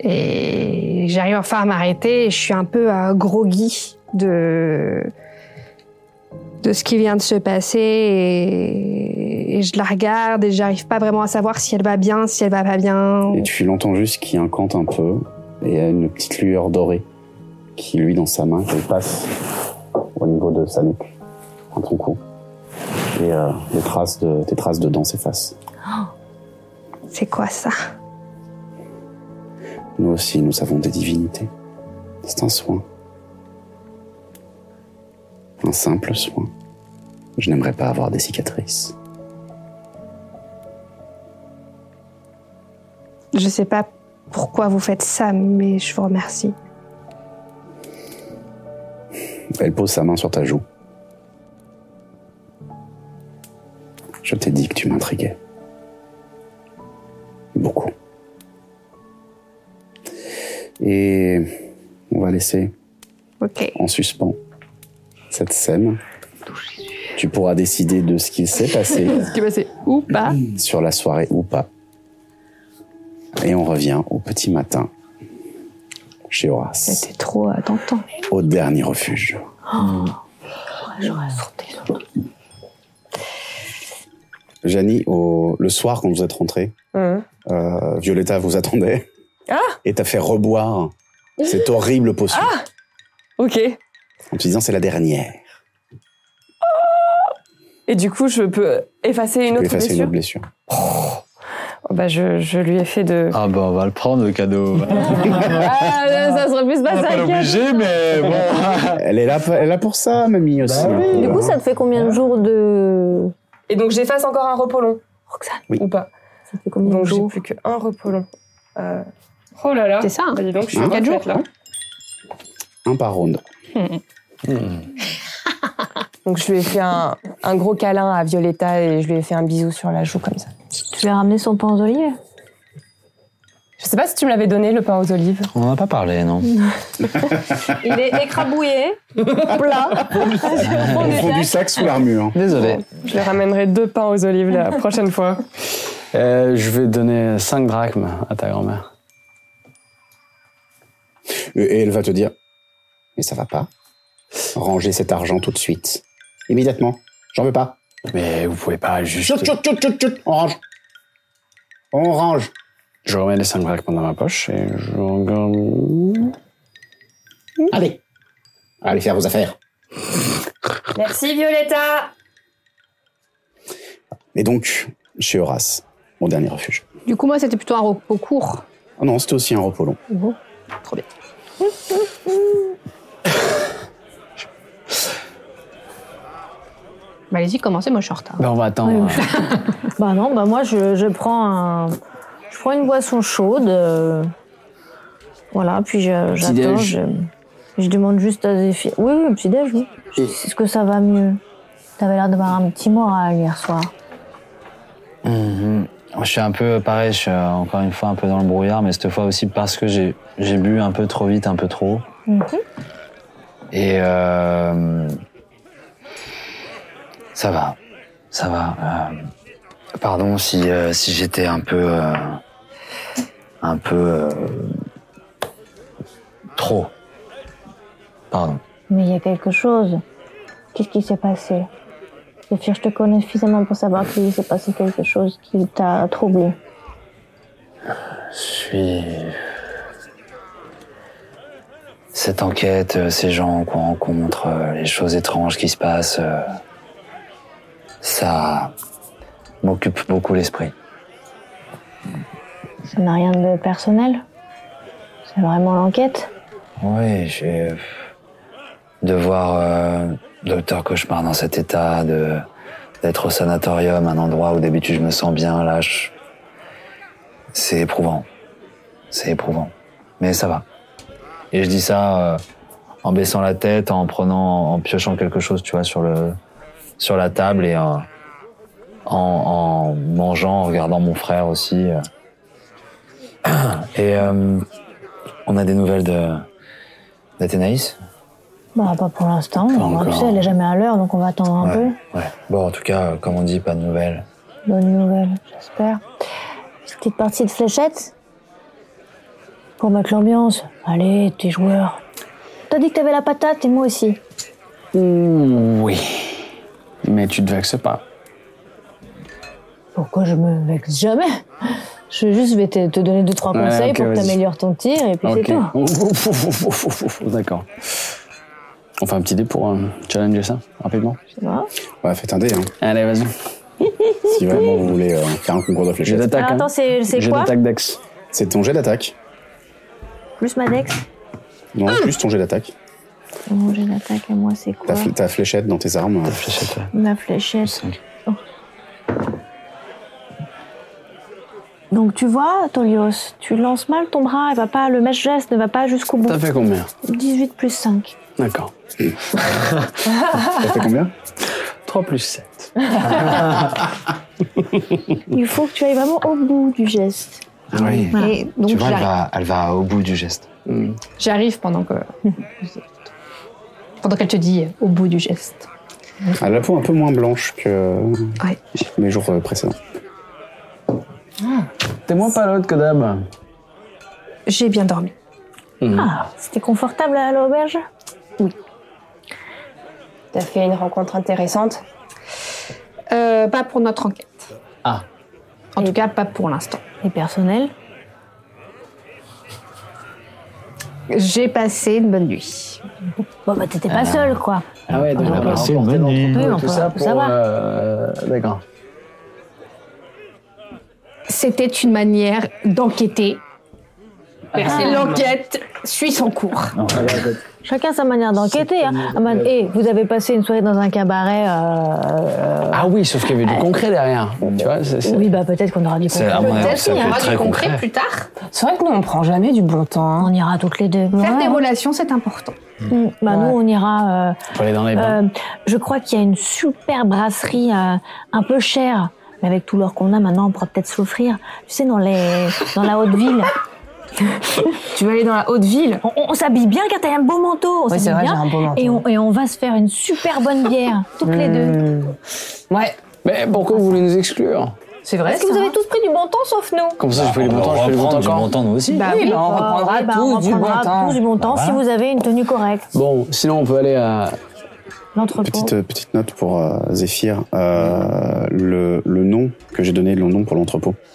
Et j'arrive enfin à m'arrêter et je suis un peu euh, groggy de, de ce qui vient de se passer. Et, et je la regarde et j'arrive pas vraiment à savoir si elle va bien, si elle va pas bien.
Et tu l'entends juste qui incante un peu et elle a une petite lueur dorée qui, lui, dans sa main, elle passe au niveau de sa nuque, à ton cou. Et euh, les traces de, tes traces de dents s'effacent.
C'est quoi ça
Nous aussi, nous avons des divinités. C'est un soin. Un simple soin. Je n'aimerais pas avoir des cicatrices.
Je sais pas pourquoi vous faites ça, mais je vous remercie.
Elle pose sa main sur ta joue. Je t'ai dit que tu m'intriguais. Beaucoup. Et on va laisser
Ok.
en suspens cette scène. Tu pourras décider de ce qu'il s'est passé
Ce qui est passé ou pas
sur la soirée ou pas. Et on revient au petit matin chez Horace,
C'était trop euh, tentant.
au dernier refuge.
J'aurais sauté sur le
Janie, au- le soir quand vous êtes rentrés,
Mmh.
Hum.
Euh, Violetta vous attendait.
Ah
Et t'as fait reboire cette horrible potion.
Ok.
En te disant, c'est la dernière.
Et du coup, je peux effacer une
Tu peux
autre
effacer une
blessure
autre blessure.
Oh, Bah, je, je lui ai fait de.
Ah bah on va le prendre le cadeau.
Ah, non, ça serait plus
on
pas
va
ça.
pas l'obliger mais bon.
Elle est là, elle est là pour ça, mamie aussi.
Bah
hein.
oui.
Du coup, ça te fait combien de jours de.
Et donc, j'efface encore un repos long.
Roxane,
Oui.
Ou pas.
ça te fait combien
Donc,
de
j'ai
jours
plus qu'un repos long. Euh, Oh là là.
C'est ça, hein.
Bah, dis donc, je suis
Hein
refaite,
Quatre jours.
là.
Un par round.
Donc, je lui ai fait un, un gros câlin à Violetta et je lui ai fait un bisou sur la joue comme ça.
Tu lui as ramené son pain aux olives
Je sais pas si tu me l'avais donné, le pain aux olives.
On n'en a pas parlé non.
Il est écrabouillé, plat.
Au fond du sac sous l'armure.
Désolé.
Je lui ramènerai deux pains aux olives la prochaine fois.
Euh, je vais donner 5 drachmes à ta grand-mère.
Et elle va te dire, mais ça va pas. Rangez cet argent tout de suite. Immédiatement. J'en veux pas.
Mais vous pouvez pas juste.
Chut, chut, chut, chut, chut. On range. On range.
Je remets les 5 drachmes dans ma poche et je regarde.
Allez. Allez faire vos affaires.
Merci Violetta
Et donc, chez Horace, mon dernier refuge.
Du coup, moi, c'était plutôt un repos court.
Ah non, c'était aussi un repos long.
Bon, trop bien. bah, allez-y, commencez, moi, je suis en retard.
Ben, on va attendre. euh,
Bah non, bah moi je, je prends un, je prends une boisson chaude, euh, voilà, puis je- j'attends,
déj.
je, je demande juste à des filles. Oui, oui, petit déj, oui. Je- Est-ce que ça va mieux T'avais l'air d'avoir un petit moral hier soir.
Mhm. Je suis un peu pareil, je suis euh, encore une fois un peu dans le brouillard, mais cette fois aussi parce que j'ai j'ai bu un peu trop vite, un peu trop. Et euh, ça va, ça va. Euh, pardon si, euh, si j'étais un peu. euh, un peu. euh, trop. Pardon.
Mais il y a quelque chose. Qu'est-ce qui s'est passé Zephyr, je te connais suffisamment pour savoir qu'il s'est passé quelque chose qui t'a troublé.
Je suis. Cette enquête, euh, ces gens qu'on rencontre, euh, les choses étranges qui se passent, euh, ça m'occupe beaucoup l'esprit.
Ça n'a rien de personnel C'est vraiment l'enquête
Oui, j'ai. De voir euh, Docteur Cauchemar dans cet état, de d'être au sanatorium, un endroit où d'habitude je me sens bien, là, je- c'est éprouvant. C'est éprouvant. Mais ça va. Et je dis ça euh, en baissant la tête, en prenant, en piochant quelque chose, tu vois, sur le sur la table et euh, en, en mangeant, en regardant mon frère aussi. euh. Et euh, on a des nouvelles de d'Athénaïs.
Bah, pas pour l'instant. Bah, Tu
encore.
sais, elle est jamais à l'heure, donc on va attendre un peu.
Ouais. Bon, en tout cas, euh, comme on dit, pas de nouvelles.
Bonne nouvelle, j'espère. Petite petite partie de fléchette Pour mettre l'ambiance. Allez, t'es joueur. T'as dit que t'avais la patate et moi aussi.
oui. Mais tu te vexes pas.
Pourquoi je me vexe jamais Je juste vais te, te donner deux trois
Ouais,
conseils
ok,
pour que
vas-y.
t'améliores ton tir et puis
Ok.
c'est tout.
Ouf, ouf, ouf, ouf, ouf, ouf. D'accord. On fait un petit dé pour euh, challenger ça, rapidement.
Ouais, faites un dé, hein.
Allez, vas-y.
si vraiment vous voulez euh, faire un concours de
J'ai
fléchettes.
d'attaque.
Alors, attends,
hein.
c'est c'est
J'ai
quoi
d'attaque d'ex.
C'est ton jet d'attaque.
Plus ma dex
Non, plus ton jet d'attaque.
Mon jet d'attaque à moi, c'est
Ta,
quoi
fl- ta fléchette dans tes armes. euh,
Ma fléchette. Oh. Donc tu vois, Tolios, tu lances mal ton bras, il va pas, le mèche geste ne va pas jusqu'au bout.
T'as fait combien
18 plus 5.
D'accord.
Ça fait combien
3 plus 7.
Il faut que tu ailles vraiment au bout du geste.
Ah oui.
Et donc,
Tu vois, elle
j'arrive-
va, elle va au bout du geste.
j'arrive pendant que. pendant qu'elle te dit euh, au bout du geste.
Elle a Ah, la peau un peu moins blanche que euh,
Ouais.
les jours euh, précédents.
T'es moins palote que d'hab.
J'ai bien dormi. Ah.
C'était confortable à l'auberge
T'as fait une rencontre intéressante.
Euh, pas pour notre enquête.
Ah.
En tout cas, pas pour l'instant.
Et personnel
J'ai passé une bonne nuit.
Bon bah t'étais pas seul quoi.
Ah ouais, donc
on
on
va
va passer une
remporter
bonne nuit.
l'entreprise, on
Tout
peut-
ça
ça
pour...
va.
euh, D'accord.
C'était une manière d'enquêter. Et L'enquête suit son cours.
Chacun sa manière d'enquêter. Hein. Ah, man- eh, vous avez passé une soirée dans un cabaret. euh,
Ah oui, sauf qu'il y avait du concret derrière. Tu vois, c'est... Ah, c'est-
Oui bah peut-être qu'on aura du
C'est-
Ah,
à
concret.
mon avis,
Peut-être
ça
qu'il y
peut
aura
être
du
très
concret
concret.
plus tard.
C'est vrai que nous, on prend jamais du bon temps. hein.
On ira toutes les deux.
Faire
Ouais.
des relations, c'est important.
Mm. Bah nous on ira. euh,
Faut aller dans les bains.
euh, je crois qu'il y a une super brasserie euh, un peu chère. Mais avec tout l'or qu'on a maintenant, on pourra peut-être s'offrir. Tu sais, dans, les, dans la haute ville.
Tu veux aller dans la haute ville
On, on s'habille bien car t'as un beau manteau. On
Oui, c'est
s'habille
vrai, j'ai
bien.
un beau menton.
Et on, et on va se faire une super bonne bière, toutes les deux.
Mm. Ouais,
Mais pourquoi vous voulez nous exclure
c'est vrai.
Est-ce que
ça,
vous
hein.
avez tous pris du bon temps sauf nous
Comme ça, je fais
Ah, On
les
va
boutons, je fais les boutons
reprendre du bon
encore.
temps, nous aussi.
Bah
Oui,
oui.
bah, on
Ah,
reprendra
oui, bah,
tous
on
du bon
reprendra
temps. Bah,
tous du bon temps si vous avez une tenue correcte.
Bon, sinon on peut aller à...
L'entrepôt.
Petite, euh, petite note pour euh, Zéphyr. Euh, le, le nom que j'ai donné, le nom pour l'entrepôt.
Ah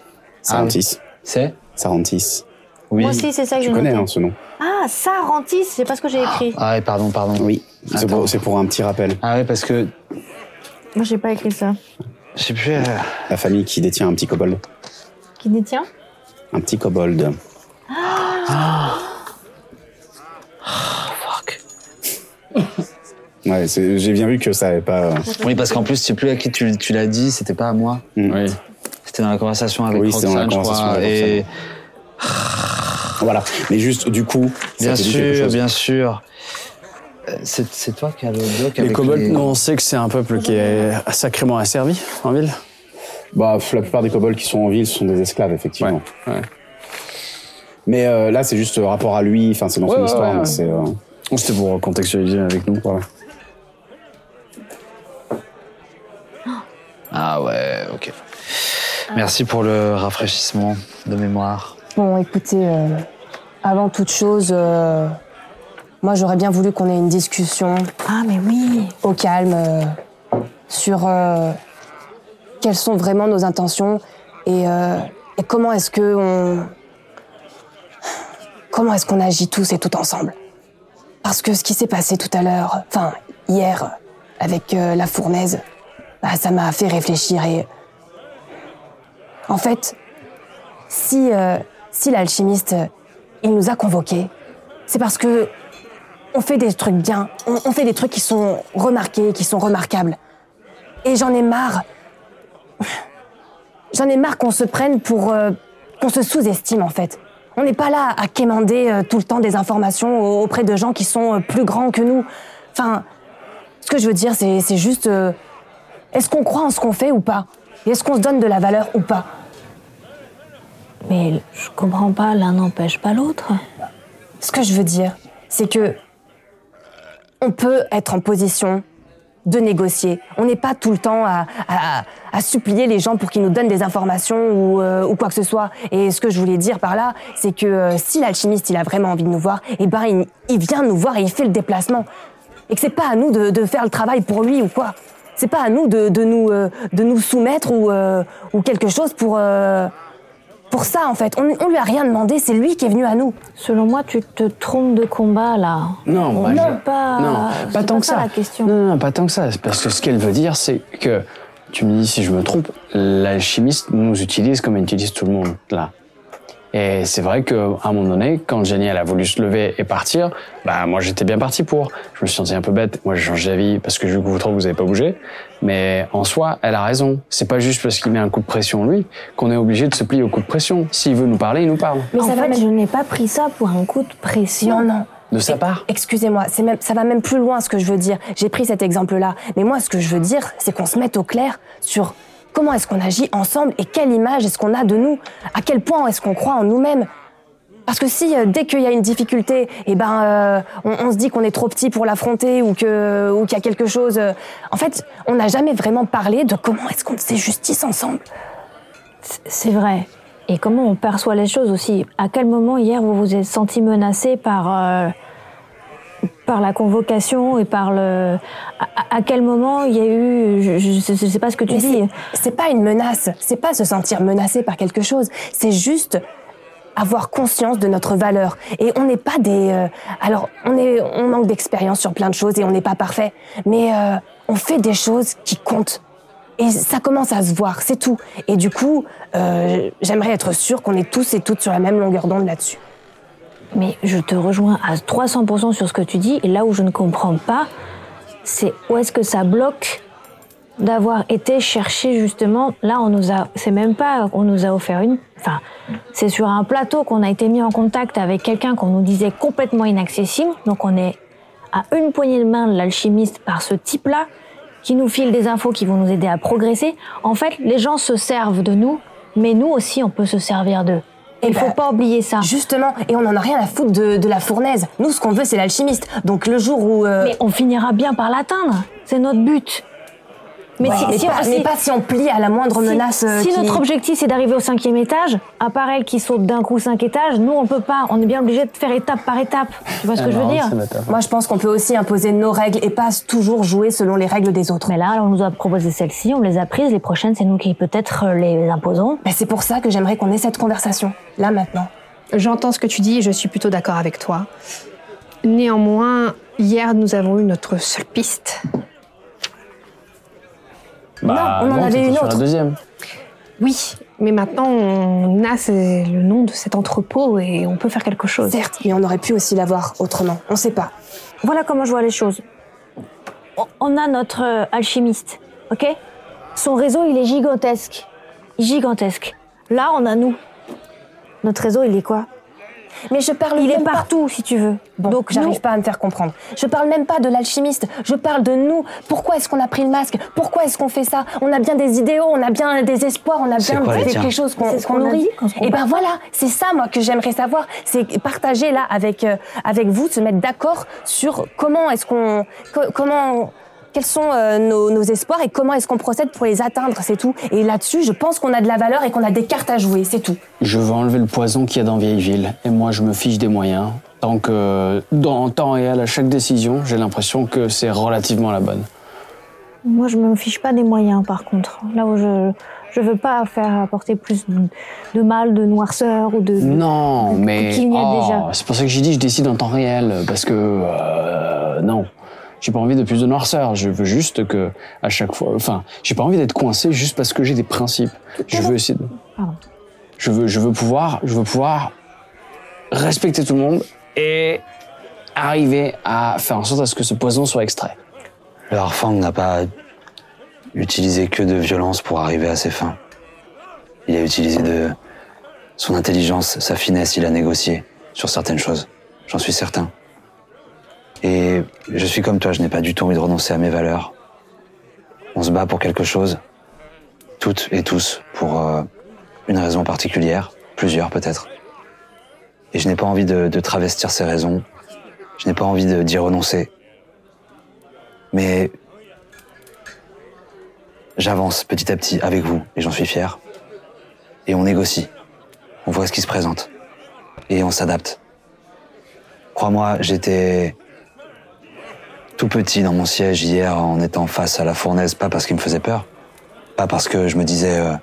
Sarantis.
C'est
Sarantis.
Oui.
Moi aussi, c'est ça que
Tu
j'ai
connais
noté.
hein, ce nom
Ah, ça, Rentis, c'est pas ce que j'ai écrit.
Ah ouais, pardon, pardon.
Oui. C'est
Attends.
pour, c'est pour un petit rappel.
Ah ouais, parce que
Moi, j'ai pas écrit ça.
je sais plus. euh,
La famille qui détient un petit kobold.
Qui détient
Un petit kobold. Ouais, c'est- j'ai bien vu que ça avait pas. euh,
Oui, parce qu'en plus, tu sais plus à qui tu, tu l'as dit, c'était pas à moi.
Oui.
C'était dans la conversation avec
Mm. Oui, c'était dans la
Roxane, je
conversation
crois.
avec
Et
Voilà. Mais juste, du coup, ça
bien
te dit quelque
sûr,
chose.
bien sûr. Euh, C'est c'est toi qui as le doc
Les
avec
kobolds,
les-
nous, on sait que c'est un peuple qui est sacrément asservi en ville.
Bah, pff, la plupart des kobolds qui sont en ville ce sont des esclaves, effectivement.
Ouais, ouais.
Mais euh, là, c'est juste euh, rapport à lui. Enfin, c'est dans
Ouais,
son
ouais,
histoire.
ouais,
mais
ouais.
c'est, euh,
Bon, C'était pour contextualiser avec nous.
voilà.
Ah ouais, ok. Merci pour le rafraîchissement de mémoire.
Bon, écoutez, euh, avant toute chose, euh, moi j'aurais bien voulu qu'on ait une discussion
Ah, mais oui.
au calme euh, sur euh, quelles sont vraiment nos intentions et, euh, et comment est-ce que on comment est-ce qu'on agit tous et tout ensemble. Parce que ce qui s'est passé tout à l'heure, enfin hier, avec euh, la fournaise, bah, ça m'a fait réfléchir et en fait, si euh, si l'alchimiste euh, il nous a convoqués, c'est parce que on fait des trucs bien, on, on fait des trucs qui sont remarqués, qui sont remarquables. Et j'en ai marre. J'en ai marre qu'on se prenne pour. euh, qu'on se sous-estime en fait. On n'est pas là à quémander euh, tout le temps des informations auprès de gens qui sont euh, plus grands que nous. Enfin, ce que je veux dire, c'est c'est juste. euh, est-ce qu'on croit en ce qu'on fait ou pas Et Ah. Est-ce qu'on se donne de la valeur ou pas
Mais je comprends pas, l'un n'empêche pas l'autre.
Ce que je veux dire, c'est que on peut être en position de négocier. On n'est pas tout le temps à, à- à supplier les gens pour qu'ils nous donnent des informations ou, euh, ou quoi que ce soit. Et ce que je voulais dire par là, c'est que euh, si l'alchimiste il a vraiment envie de nous voir, eh ben il, il vient nous voir et il fait le déplacement. Et que c'est pas à nous de, de faire le travail pour lui ou quoi. C'est pas à nous de, de nous euh, de nous soumettre ou euh, ou quelque chose pour euh, pour ça en fait. On, on lui a rien demandé, c'est lui qui est venu à nous.
Selon moi, tu te trompes de combat, là.
Non, bah,
non,
je-
pas.
non,
c'est
pas tant que ça.
la question.
Non, non, non, pas tant que ça. C'est Parce que ce qu'elle veut dire, c'est que, tu me dis si je me trompe, l'alchimiste nous utilise comme elle utilise tout le monde, là. Et c'est vrai qu'à un moment donné, quand Jenny elle a voulu se lever et partir, bah moi j'étais bien parti pour. Je me suis senti un peu bête. Moi j'ai changé d'avis parce que vu que vous trouvez vous avez pas bougé. Mais en soi, elle a raison. C'est pas juste parce qu'il met un coup de pression lui qu'on est obligé de se plier au coup de pression. S'il veut nous parler, il nous parle.
Mais
En
ça
fait,
va, je n'ai pas pris ça pour un coup de pression.
Non non.
De sa part.
Excusez-moi, c'est même, ça va même plus loin ce que je veux dire. J'ai pris cet exemple-là. Mais moi, ce que je veux dire, c'est qu'on se mette au clair sur comment est-ce qu'on agit ensemble et quelle image est-ce qu'on a de nous. À quel point est-ce qu'on croit en nous-mêmes. Parce que si, euh, dès qu'il y a une difficulté, eh ben, euh, on, on se dit qu'on est trop petit pour l'affronter ou que ou qu'il y a quelque chose. euh, en fait, on n'a jamais vraiment parlé de comment est-ce qu'on se justice ensemble.
C'est vrai. Et comment on perçoit les choses aussi À quel moment hier vous vous êtes senti menacé par euh, par la convocation et par le à, à- à quel moment il y a eu je, je, je sais pas ce que tu
Mais
dis.
c'est- C'est pas une menace, c'est pas se sentir menacé par quelque chose, c'est juste avoir conscience de notre valeur. Et on n'est pas des... euh, alors, on, est, on manque d'expérience sur plein de choses et on n'est pas parfait, mais euh, on fait des choses qui comptent. Et ça commence à se voir, c'est tout. Et du coup, euh, j'aimerais être sûre qu'on est tous et toutes sur la même longueur d'onde là-dessus.
Mais je te rejoins à 300% sur ce que tu dis et là où je ne comprends pas, c'est où est-ce que ça bloque d'avoir été chercher justement là on nous a c'est même pas on nous a offert une enfin c'est sur un plateau qu'on a été mis en contact avec quelqu'un qu'on nous disait complètement inaccessible donc on est à une poignée de main de l'alchimiste par ce type là qui nous file des infos qui vont nous aider à progresser en fait les gens se servent de nous mais nous aussi on peut se servir d'eux
Eh
il faut
ben,
pas oublier ça
Justement, et on n'en a rien à foutre de, de la fournaise. Nous, ce qu'on veut, c'est l'alchimiste. Donc le jour où... euh,
mais on finira bien par l'atteindre c'est notre but mais
mais
si, si-
pas, mais
si-
pas si on plie à la moindre
Si-
menace. euh,
Si
qui-
notre objectif c'est d'arriver au cinquième étage, à part elle qui saute d'un coup cinq étages, nous on peut pas. On est bien obligé de faire étape par étape. Tu
Ah
vois ce que je veux dire
Moi, je pense qu'on peut aussi imposer nos règles et pas toujours jouer selon les règles des autres.
Mais là, on nous a proposé celles-ci, on les a prises. Les prochaines, c'est nous qui peut-être euh, les imposons.
Mais bah, c'est pour ça que j'aimerais qu'on ait cette conversation, là maintenant.
J'entends ce que tu dis et je suis plutôt d'accord avec toi. Néanmoins, hier, nous avons eu notre seule piste.
Non, on en
t'étais
avait
Bah,
une
sur la
autre.
deuxième.
Oui, Mais maintenant, on a ces- le nom de cet entrepôt et on peut faire quelque chose.
Certes, mais on aurait pu aussi l'avoir autrement. On sait pas.
Voilà comment je vois les choses. On- On a notre euh, alchimiste, ok
Son réseau, il est gigantesque.
Gigantesque. Là, on a nous. Notre réseau, il est quoi
Mais je parle
Il est
même pas-
partout, si tu veux.
Bon,
Donc, nous,
j'arrive pas à me faire comprendre. Je parle même pas de l'alchimiste, je parle de nous. Pourquoi est-ce qu'on a pris le masque Pourquoi est-ce qu'on fait ça On a bien des idéaux, on a bien des espoirs, on a
C'est
bien
quoi les
des,
tiens
quelque chose qu'on
C'est ce
qu'on
qu'on a
nourrit.
dit quand on se
Et ben voilà, c'est ça moi que j'aimerais savoir, c'est partager là avec euh, avec vous, se mettre d'accord sur comment est-ce qu'on co- comment quels sont euh, nos, nos espoirs et comment est-ce qu'on procède pour les atteindre, c'est tout. Et là-dessus, je pense qu'on a de la valeur et qu'on a des cartes à jouer, c'est tout.
Je vais enlever le poison qu'il y a dans Vieille Ville. Et moi, je me fiche des moyens. Tant que, dans, en temps réel, à chaque décision, j'ai l'impression que c'est relativement la bonne.
moi, je me fiche pas des moyens, par contre. Là où je, je veux pas faire apporter plus de de mal, de noirceur ou de.
Non, mais. oh,
Qu'il n'y a déjà.
C'est pour ça que j'ai dit je décide en temps réel. Parce que. euh, non. J'ai pas envie de plus de noirceur. Je veux juste que, à chaque fois. Enfin, j'ai pas envie d'être coincé juste parce que j'ai des principes. Je veux essayer de.
Pardon.
Je veux, je veux pouvoir. Je veux pouvoir respecter tout le monde et arriver à faire en sorte à ce que ce poison soit extrait.
Le Harfang n'a pas utilisé que de violence pour arriver à ses fins. Il a utilisé de son intelligence, sa finesse, il a négocié sur certaines choses. J'en suis certain. Et je suis comme toi, je n'ai pas du tout envie de renoncer à mes valeurs. On se bat pour quelque chose, toutes et tous, pour euh, une raison particulière, plusieurs peut-être. Et je n'ai pas envie de, de travestir ces raisons. Je n'ai pas envie de- d'y renoncer. Mais j'avance petit à petit avec vous et j'en suis fier. Et on négocie. On voit ce qui se présente. Et on s'adapte. Crois-moi, j'étais tout petit dans mon siège hier en étant face à la fournaise, pas parce qu'il me faisait peur, pas parce que je me disais euh,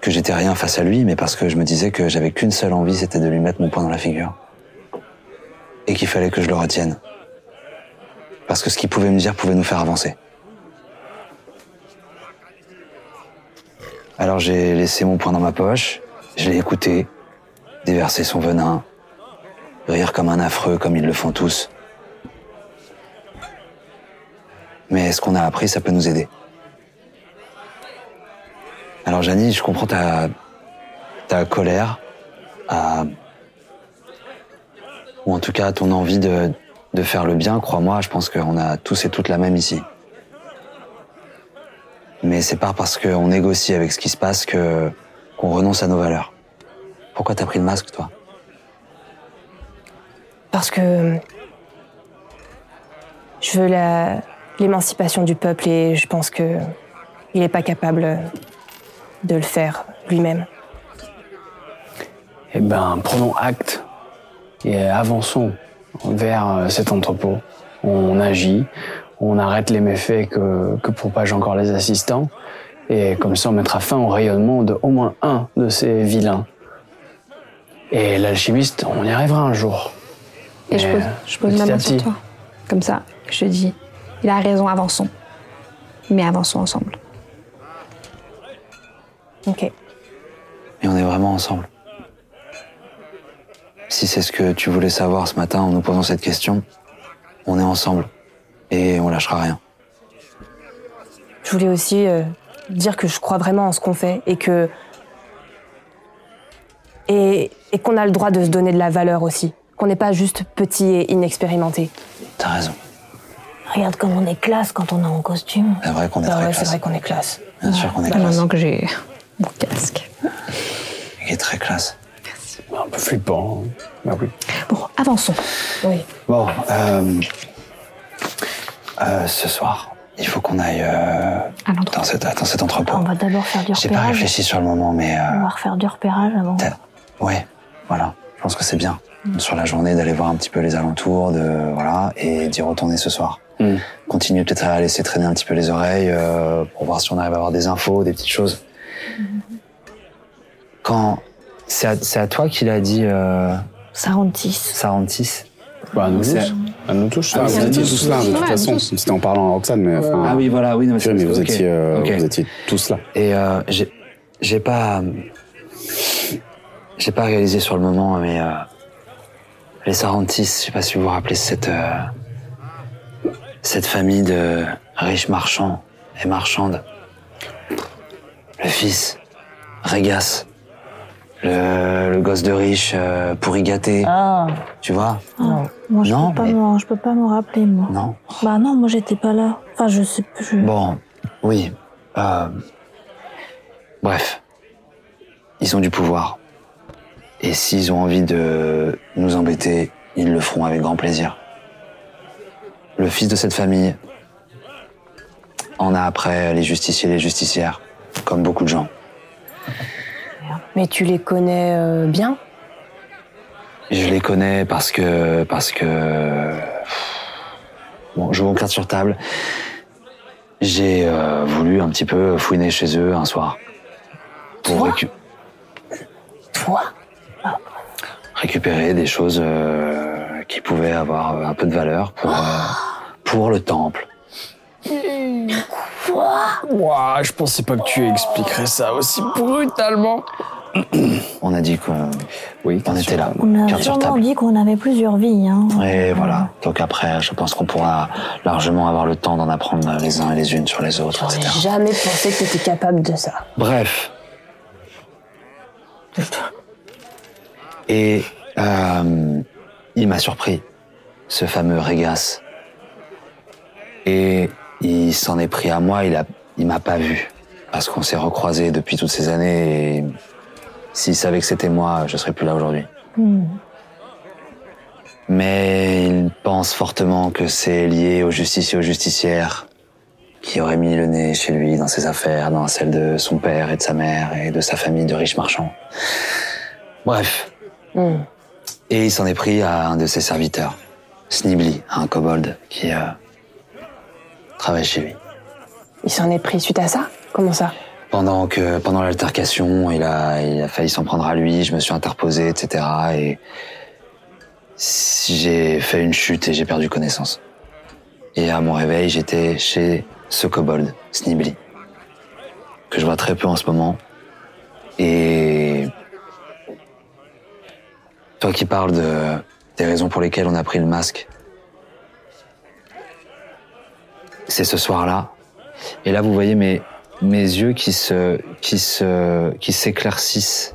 que j'étais rien face à lui, mais parce que je me disais que j'avais qu'une seule envie, c'était de lui mettre mon poing dans la figure. Et qu'il fallait que je le retienne. Parce que ce qu'il pouvait me dire pouvait nous faire avancer. Alors j'ai laissé mon poing dans ma poche, je l'ai écouté, déverser son venin, rire comme un affreux comme ils le font tous. Mais ce qu'on a appris, ça peut nous aider. Alors Janie, je comprends ta, ta colère, à- ou en tout cas ton envie de, de faire le bien, crois-moi, je pense qu'on a tous et toutes la même ici. Mais c'est pas parce qu'on négocie avec ce qui se passe que qu'on renonce à nos valeurs. Pourquoi t'as pris le masque, toi
Parce
euh,
que je veux la- l'émancipation du peuple et je pense que il n'est pas capable de le faire lui-même.
Eh ben, prenons acte et avançons vers euh, cet entrepôt. On agit, on arrête les méfaits que, que propagent encore les assistants, et comme ça on mettra fin au rayonnement de au moins un de ces vilains. Et l'alchimiste, on y arrivera un jour.
Et je
Mais,
pose, je pose ma
petit à
main sur
petit.
toi. Comme ça, je dis, il a raison, avançons. Mais avançons ensemble.
Ok.
Et on est vraiment ensemble. Si c'est ce que tu voulais savoir ce matin en nous posant cette question, on est ensemble et on lâchera rien.
Je voulais aussi euh, dire que je crois vraiment en ce qu'on fait et que et, et qu'on a le droit de se donner de la valeur aussi. Qu'on n'est pas juste petit et inexpérimenté.
T'as raison.
Regarde comme on est classe quand on est en costume.
C'est vrai qu'on est
Bah
très
ouais, c'est
classe.
vrai qu'on est classe.
Bien sûr qu'on est
Là,
classe.
Bah, maintenant que j'ai mon casque.
Il est très classe.
Un peu flippant. hein. Ah oui.
Bon, avançons.
Bon, euh, euh, ce soir, il faut qu'on aille euh,
À l'endroit.
dans, cet, dans cet entrepôt.
On va d'abord faire du
J'ai pas
repérage.
réfléchi sur le moment, mais... euh,
On va refaire du repérage avant.
T'as- Ouais, voilà. Je pense que c'est bien sur la journée d'aller voir un petit peu les alentours, de voilà, et d'y retourner ce soir.
Mm.
Continue peut-être à laisser traîner un petit peu les oreilles euh, pour voir si on arrive à avoir des infos, des petites choses. Quand c'est à, c'est à toi qu'il a dit euh,
46.
Sarantis.
Bah, à nous
C'est-
tous. À nous tous.
Ah,
là,
vous
on est
étiez
tous.
tous là, de toute
Ouais,
façon.
tous.
C'était en
Euh,
parlant à Roxane, mais enfin.
Ah oui, Ah voilà, oui, non,
Mais vous
ok,
étiez, euh,
ok.
vous étiez tous là.
Et euh, j'ai- J'ai pas. J'ai pas réalisé sur le moment, mais. euh, les Sarantis, je sais pas si vous vous rappelez cette. euh, cette famille de riches marchands et marchandes. Le fils, Régas. Le, le gosse de riche euh, pourri gâté,
Ah,
tu vois
Moi, je
Non,
peux pas
mais-
m'en- je peux pas m'en rappeler, moi.
Non
Bah non, moi, j'étais pas là. Enfin, je sais plus. je-
Bon, oui. euh, bref, ils ont du pouvoir. Et s'ils ont envie de nous embêter, ils le feront avec grand plaisir. Le fils de cette famille en a après les justiciers et les justicières, comme beaucoup de gens.
Mais tu les connais euh, bien
Je les connais parce que. parce que. Bon, jouons aux cartes sur table. J'ai euh, voulu un petit peu fouiner chez eux un soir. Pour récu-
Toi
récupérer des choses euh, qui pouvaient avoir un peu de valeur pour, euh, pour le temple.
Ouah, je pensais pas que tu expliquerais ça aussi brutalement.
On a dit qu'on
Oui,
on était là,
On a
carte sur
sûrement
table.
dit qu'on avait plusieurs vies, hein.
Et voilà. Donc après, je pense qu'on pourra largement avoir le temps d'en apprendre les uns et les unes sur les autres,
J'aurais
etc.
jamais pensé que t'étais capable de ça.
Bref. Et euh, il m'a surpris, ce fameux Régas. Et il s'en est pris à moi, il a, il m'a pas vu. Parce qu'on s'est recroisés depuis toutes ces années et s'il savait que c'était moi, je serais plus là aujourd'hui. Mais il pense fortement que c'est lié aux justiciers, aux justicières qui aurait mis le nez chez lui dans ses affaires, dans celles de son père et de sa mère et de sa famille de riches marchands. Bref. Et il s'en est pris à un de ses serviteurs, Snibli, un kobold qui euh, travaille chez lui.
Il s'en est pris suite à ça Comment ça
Pendant que pendant l'altercation, il a il a failli s'en prendre à lui. Je me suis interposé, etc. Et j'ai fait une chute et j'ai perdu connaissance. Et à mon réveil, j'étais chez ce kobold, Snibli, que je vois très peu en ce moment. Et toi qui parles de des raisons pour lesquelles on a pris le masque, c'est ce soir-là. Et là, vous voyez mes mes yeux qui se qui se qui s'éclaircissent.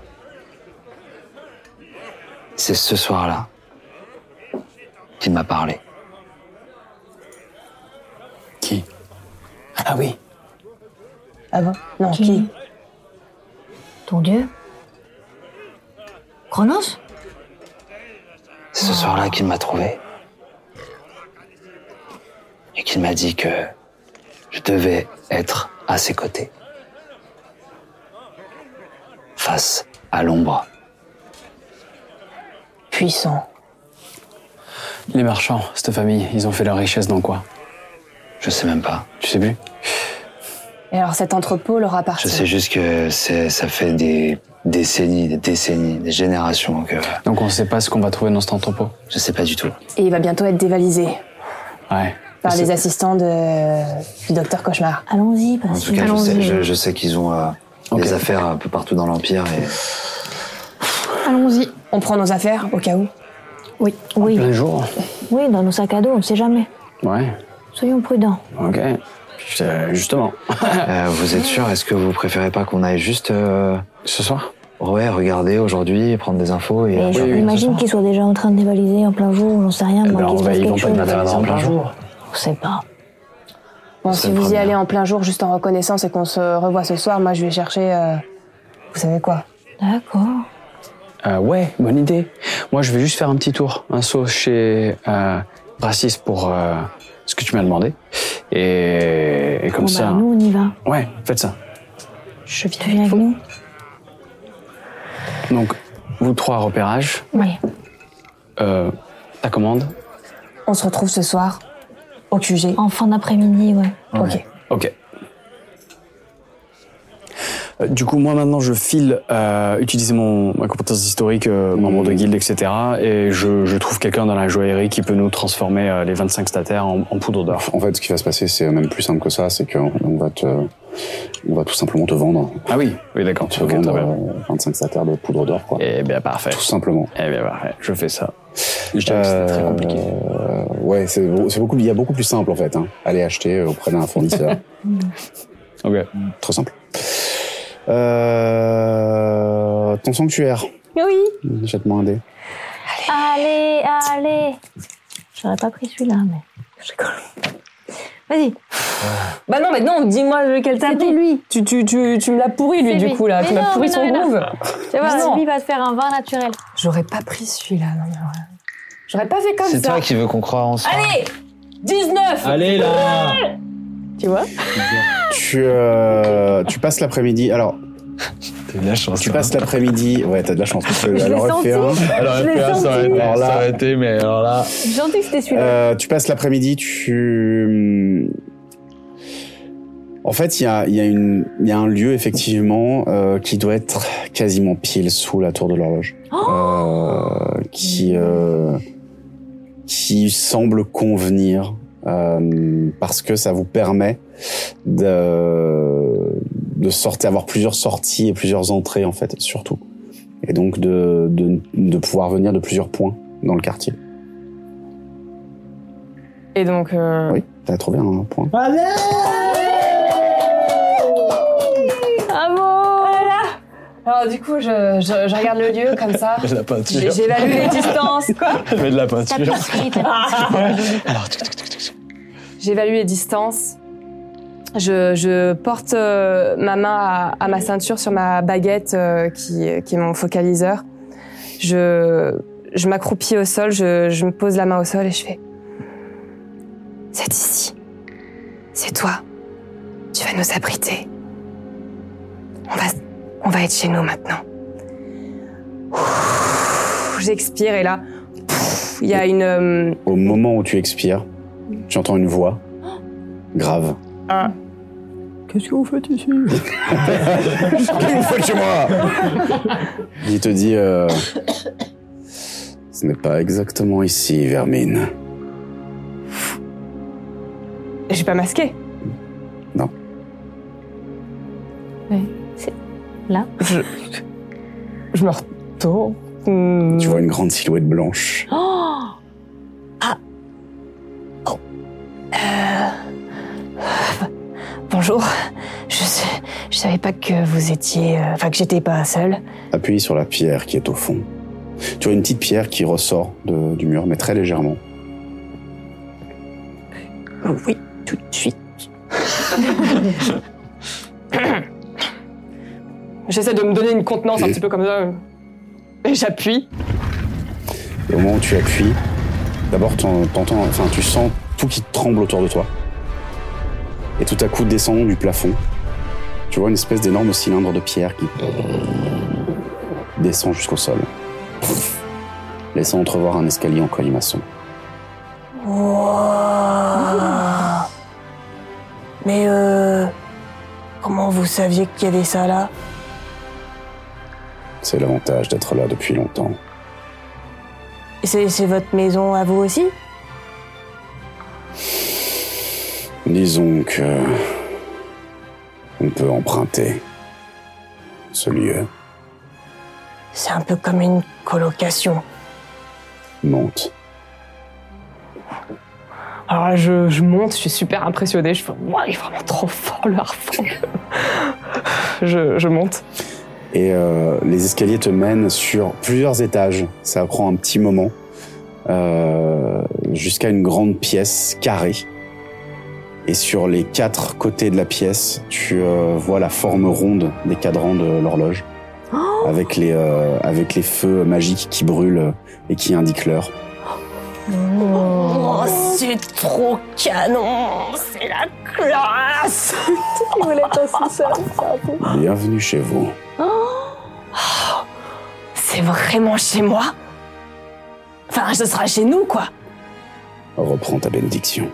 C'est ce soir-là qu'il m'a parlé.
Qui Ah oui.
Ah bon Non, qui,
Ton Dieu. Chronos
C'est ce soir-là qu'il m'a trouvé. Et qu'il m'a dit que je devais être à ses côtés. Face à l'ombre.
Puissant.
Les marchands, cette famille, ils ont fait leur richesse dans quoi
Je sais même pas.
Tu sais plus
Et alors cet entrepôt leur appartient
Je sais juste que c'est, ça fait des décennies, des décennies, des générations que
Donc on sait pas ce qu'on va trouver dans cet entrepôt.
je sais pas du tout.
Et il va bientôt être dévalisé
Ouais.
par
Et c'est-
les assistants de... du docteur Cauchemar.
Allons-y,
En
parce
tout cas, je sais,
Allons-y.
je, je sais qu'ils ont euh,
Ok.
des affaires un peu partout dans l'Empire. Et...
Allons-y.
On prend nos affaires au cas où
Oui, oui,
Plein jour
oui, dans nos sacs à dos, on sait jamais.
Ouais.
Soyons prudents.
Ok. Je- Justement. Ah.
Euh, vous êtes sûr Est-ce que vous préférez pas qu'on aille juste euh,
Ce soir
ouais, regarder aujourd'hui, prendre des infos et...
Mais
euh,
je-
oui,
imagine qu'ils soient déjà en train de dévaliser en plein jour, j'en sais rien,
Eh
moi,
ben,
qu'il
on
se
va,
passe
ils vont
quelque
pas
chose.
nous dévaliser en plein jour.
On sait pas.
Bon,
Ça
si
me
vous y
fera
allez
bien.
en plein jour, juste en reconnaissance et qu'on se revoit ce soir, moi je vais chercher. euh, Vous savez quoi
D'accord.
Euh, ouais, bonne idée. Moi, je vais juste faire un petit tour, un saut chez euh, Brassis pour euh, ce que tu m'as demandé. Et, et comme
Bon, bah,
ça.
nous, on y va.
Ouais, faites ça.
Je viens avec nous.
Donc, vous trois, repérage,
Oui.
euh, ta commande.
On se retrouve ce soir au QG.
En fin d'après-midi, ouais.
Ok.
Ok. Euh, Du coup, moi maintenant, je file euh, utiliser mon, ma compétence historique, euh, membre de guilde, etc. Et je, je trouve quelqu'un dans la joaillerie qui peut nous transformer euh, les 25 stataires en, en poudre d'or.
En fait, ce qui va se passer, c'est même plus simple que ça, c'est qu'on on va te,
On va tout simplement te vendre.
Ah oui, oui, d'accord.
Te
Ok,
vendre
très bien.
euh, 25 satères de poudre d'or, quoi.
Eh bien, parfait.
Tout simplement.
Eh bien, parfait. Je fais ça.
Je dirais que c'était très compliqué. ouais, c'est c'est beaucoup, il y a beaucoup plus simple en fait. Hein. Aller acheter auprès d'un fournisseur.
Ok.
Très simple. Euh, ton sanctuaire.
Oui.
Jette-moi un dé.
Allez, allez J'aurais pas pris celui-là, mais je rigole. Vas-y,
Bah non, mais non, dis-moi lequel t'as
c'était
pris.
lui.
Tu, tu, tu, tu me l'as pourri, lui,
C'est
du
lui.
coup, là.
Mais
tu m'as
non,
pourri
mais
son
non, mais non.
groove.
Tu vois,
non.
lui va se faire un vin naturel.
J'aurais pas pris celui-là, non, mais ouais. J'aurais pas fait comme
C'est
ça.
toi qui veux qu'on croie en soi.
Allez 19
Allez là
Tu vois
Tu, euh, tu passes l'après-midi. Alors,
T'as eu de la chance.
tu
hein.
passes l'après-midi. Ouais, t'as de la chance. parce que elle aurait fait un.
Alors,
Je l'ai
FPA, ça aurait
senti.
été-
Alors là-
ça aurait été, mais alors là.
J'ai senti que c'était celui-là.
Euh, tu passes l'après-midi, tu. hmm. En fait, il y a, il y, a une- il y a un lieu, effectivement, euh, qui doit être quasiment pile sous la tour de l'horloge. Euh, qui, euh, qui semble convenir, euh, parce que ça vous permet de, de sortir, avoir plusieurs sorties et plusieurs entrées, en fait, surtout. Et donc de, de, de pouvoir venir de plusieurs points dans le quartier.
Et donc, euh,
Oui, t'as trouvé un point.
Alors du coup, je, je, je regarde le lieu comme ça.
De la
J'ai-
peinture.
J'évalue les distances.
Mais de la
T'as
peinture.
pris celui t'as pris celui-
J'évalue les distances. Je, je porte euh, ma main à, à ma ceinture sur ma baguette euh, qui, qui est mon focaliseur. Je, je m'accroupis au sol, je, je me pose la main au sol et je fais C'est ici. C'est toi. Tu vas nous abriter. On va, on va être chez nous maintenant. Ouh, J'expire et là, pff, il y a une. euh,
Au moment où tu expires, tu entends une voix grave. Qu'est-ce que vous faites ici Qu'est-ce que vous faites chez moi Il te dit euh, Ce n'est pas exactement ici, Vermine.
J'ai pas masqué.
je me retourne. Hmm.
Tu vois une grande silhouette blanche.
Bonjour. Je, sais- je savais pas que vous étiez. euh, Enfin, que j'étais pas seule.
Appuie sur la pierre qui est au fond. Tu vois une petite pierre qui ressort de- du mur, mais très légèrement.
Oui, tout de suite.
J'essaie de me donner une contenance un petit peu comme ça. Et j'appuie.
Et au moment où tu appuies, d'abord t'en- t'entends, enfin tu sens tout qui tremble autour de toi. Et tout à coup, descendant du plafond, tu vois une espèce d'énorme cylindre de pierre qui descend jusqu'au sol, laissant entrevoir un escalier en colimaçon.
Mais euh. Comment vous saviez qu'il y avait ça là
C'est l'avantage d'être là depuis longtemps.
C'est c'est votre maison à vous aussi
Disons que on peut emprunter ce lieu.
C'est un peu comme une colocation.
Monte.
Alors là, je, je monte, je suis super impressionnée. Je fais, Ouah, il est vraiment trop fort le harfang. je, je monte.
Et euh, les escaliers te mènent sur plusieurs étages. Ça prend un petit moment. Euh, jusqu'à une grande pièce carrée. Et sur les quatre côtés de la pièce, tu euh, vois la forme ronde des cadrans de l'horloge.
Oh
avec, les, euh, avec les feux magiques qui brûlent et qui indiquent l'heure.
Oh, c'est trop canon C'est la classe
Il voulait passer ça.
Ah.
Bienvenue chez vous.
C'est vraiment chez moi Enfin, ce sera chez nous quoi
Reprends ta bénédiction.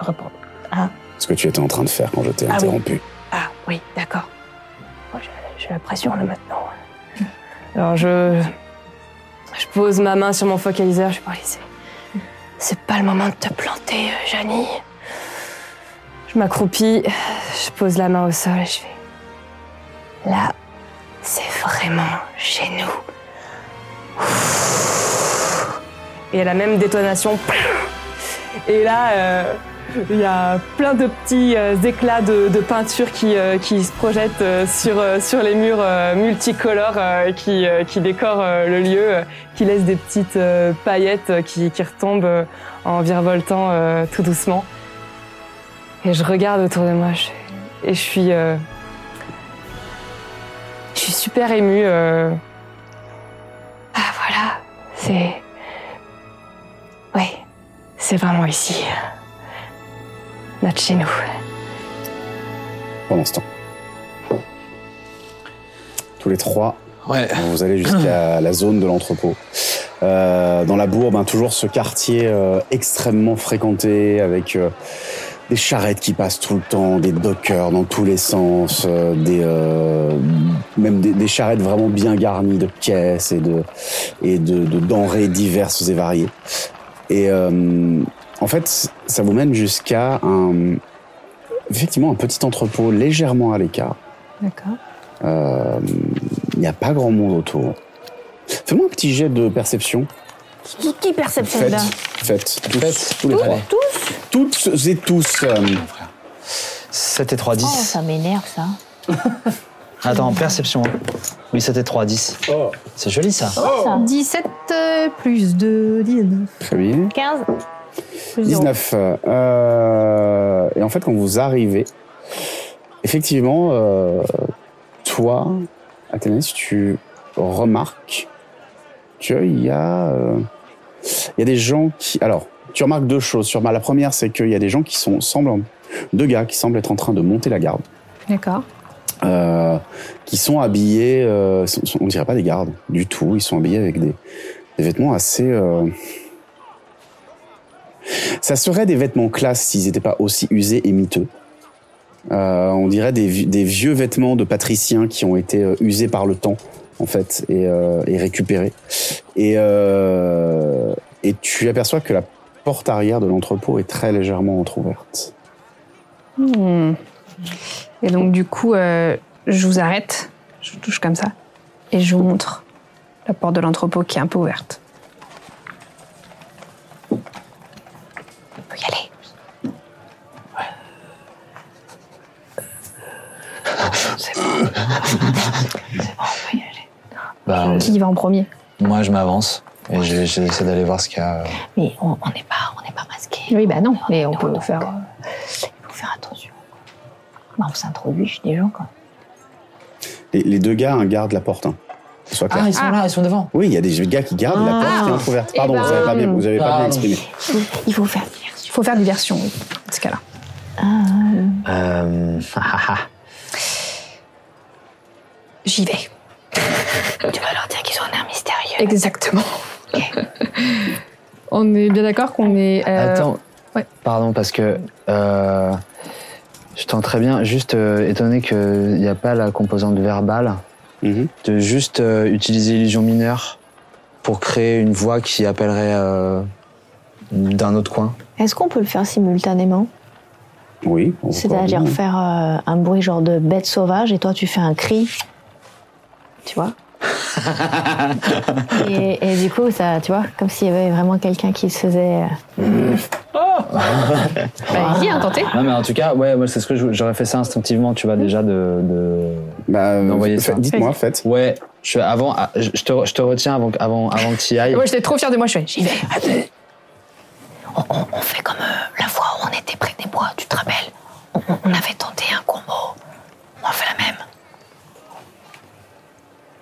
Reprends.
Ce que tu étais en train de faire quand je t'ai
Ah oui.
interrompu.
Ah oui, d'accord. Moi, j'ai- J'ai la pression là maintenant.
Alors je.
Je pose ma main sur mon focaliseur, je parle ici. C'est pas le moment de te planter, euh, Janie.
Je m'accroupis, je pose la main au sol et je fais. Là, c'est vraiment chez nous. Et à la même détonation. Et là, euh, il y a plein de petits euh, éclats de, de peinture qui, euh, qui se projettent euh, sur, euh, sur les murs euh, multicolores euh, qui, euh, qui décorent euh, le lieu, euh, qui laissent des petites euh, paillettes euh, qui, qui retombent euh, en virevoltant euh, tout doucement. Et je regarde autour de moi je- et je suis. euh, je suis super émue. euh. Ah voilà, c'est. Oui, c'est vraiment ici. Notre chez nous.
Pendant ce temps. Tous les trois,
Ouais.
vous allez jusqu'à la zone de l'entrepôt. Euh, dans la bourbe, hein, toujours ce quartier euh, extrêmement fréquenté avec euh, des charrettes qui passent tout le temps, des dockers dans tous les sens, euh, des euh, même des, des charrettes vraiment bien garnies de caisses et de et de, de denrées diverses et variées. Et euh, en fait, ça vous mène jusqu'à un effectivement un petit entrepôt légèrement à l'écart.
D'accord.
Euh, Il n'y a pas grand monde autour. Fais-moi un petit jet de perception.
Qui, qui perception
Faites,
là
faites, tous, tous les trois. Toutes et tous. euh,
7 et 3,
Oh,
10.
ça m'énerve ça.
Attends, perception. hein. Oui, 7 et 3, 10.
Oh.
C'est joli ça.
Oh.
17 euh, plus 2, 19.
Très bien.
15. Plus zéro.
19. euh, et en fait, quand vous arrivez, effectivement, euh, toi, Athénaïs, tu remarques qu'il y a, euh, il y a des gens qui. Alors, tu remarques deux choses. Sur la première, c'est qu'il y a des gens qui sont semblent deux gars qui semblent être en train de monter la garde,
D'accord.
euh, qui sont habillés. euh, sont- sont- on dirait pas des gardes du tout. Ils sont habillés avec des, des vêtements assez. euh, ça serait des vêtements classe s'ils n'étaient pas aussi usés et miteux. Euh, on dirait des, vi- des vieux vêtements de patriciens qui ont été euh, usés par le temps, en fait, et, euh, et récupérés. Et, euh, et tu aperçois que la porte arrière de l'entrepôt est très légèrement entr'ouverte.
Hmm. Et donc, du coup, euh, je vous arrête, je vous touche comme ça, et je vous montre la porte de l'entrepôt qui est un peu ouverte. Faut y aller.
Bah,
Qui y va en premier
moi, je m'avance et je- j'essaie d'aller voir ce qu'il y a.
Mais on on n'est pas, on n'est pas masqué.
Oui, bah non, mais on
Non,
peut
donc,
faire.
euh, Il faut faire attention. quoi. Bah, on s'introduit chez des gens. Quoi.
Les, les deux gars hein, gardent la porte. Hein. Que ce Soit clair.
Ah, ils sont
Ah.
là, ils sont devant.
Oui, il y a des gars qui gardent la porte qui est entr'ouverte. Pardon,
Eh
vous n'avez pas bien, vous avez pas bien
pardon.
exprimé.
Il faut faire diversion.
Il faut faire diversion, oui, dans ce cas-là.
Euh,
J'y vais.
Tu vas leur dire qu'ils ont un air mystérieux.
Exactement. on est bien d'accord qu'on est. euh,
Attends.
ouais.
Pardon, parce que euh, je tente très bien, juste euh, étonné qu'il n'y a pas la composante verbale,
Mhm.
de juste euh, utiliser l'illusion mineure pour créer une voix qui appellerait euh, d'un autre coin.
Est-ce qu'on peut le faire simultanément
Oui. on Mhm. peut
C'est-à-dire
coordonner.
faire euh, un bruit genre de bête sauvage et toi tu fais un cri. Tu vois et, et du coup, ça, tu vois, comme s'il y avait vraiment quelqu'un qui se faisait. euh,
Bah, vas-y, hein, tentez.
Non, mais en tout cas, ouais, moi, c'est ce que je- j'aurais fait ça instinctivement, tu vois,
Mm.
déjà de. de-
Bah, euh,
d'envoyer
fait-
ça.
Dites-moi, faites.
Ouais, je, avant, ah, je, je te, je te retiens avant, que- avant, avant que tu y ailles.
Ouais, j'étais trop fière de moi, je fais, j'y vais.
On, on- on fait comme euh, la fois où on était près des bois, tu te rappelles on, on- on avait tenté un combo. On fait la même.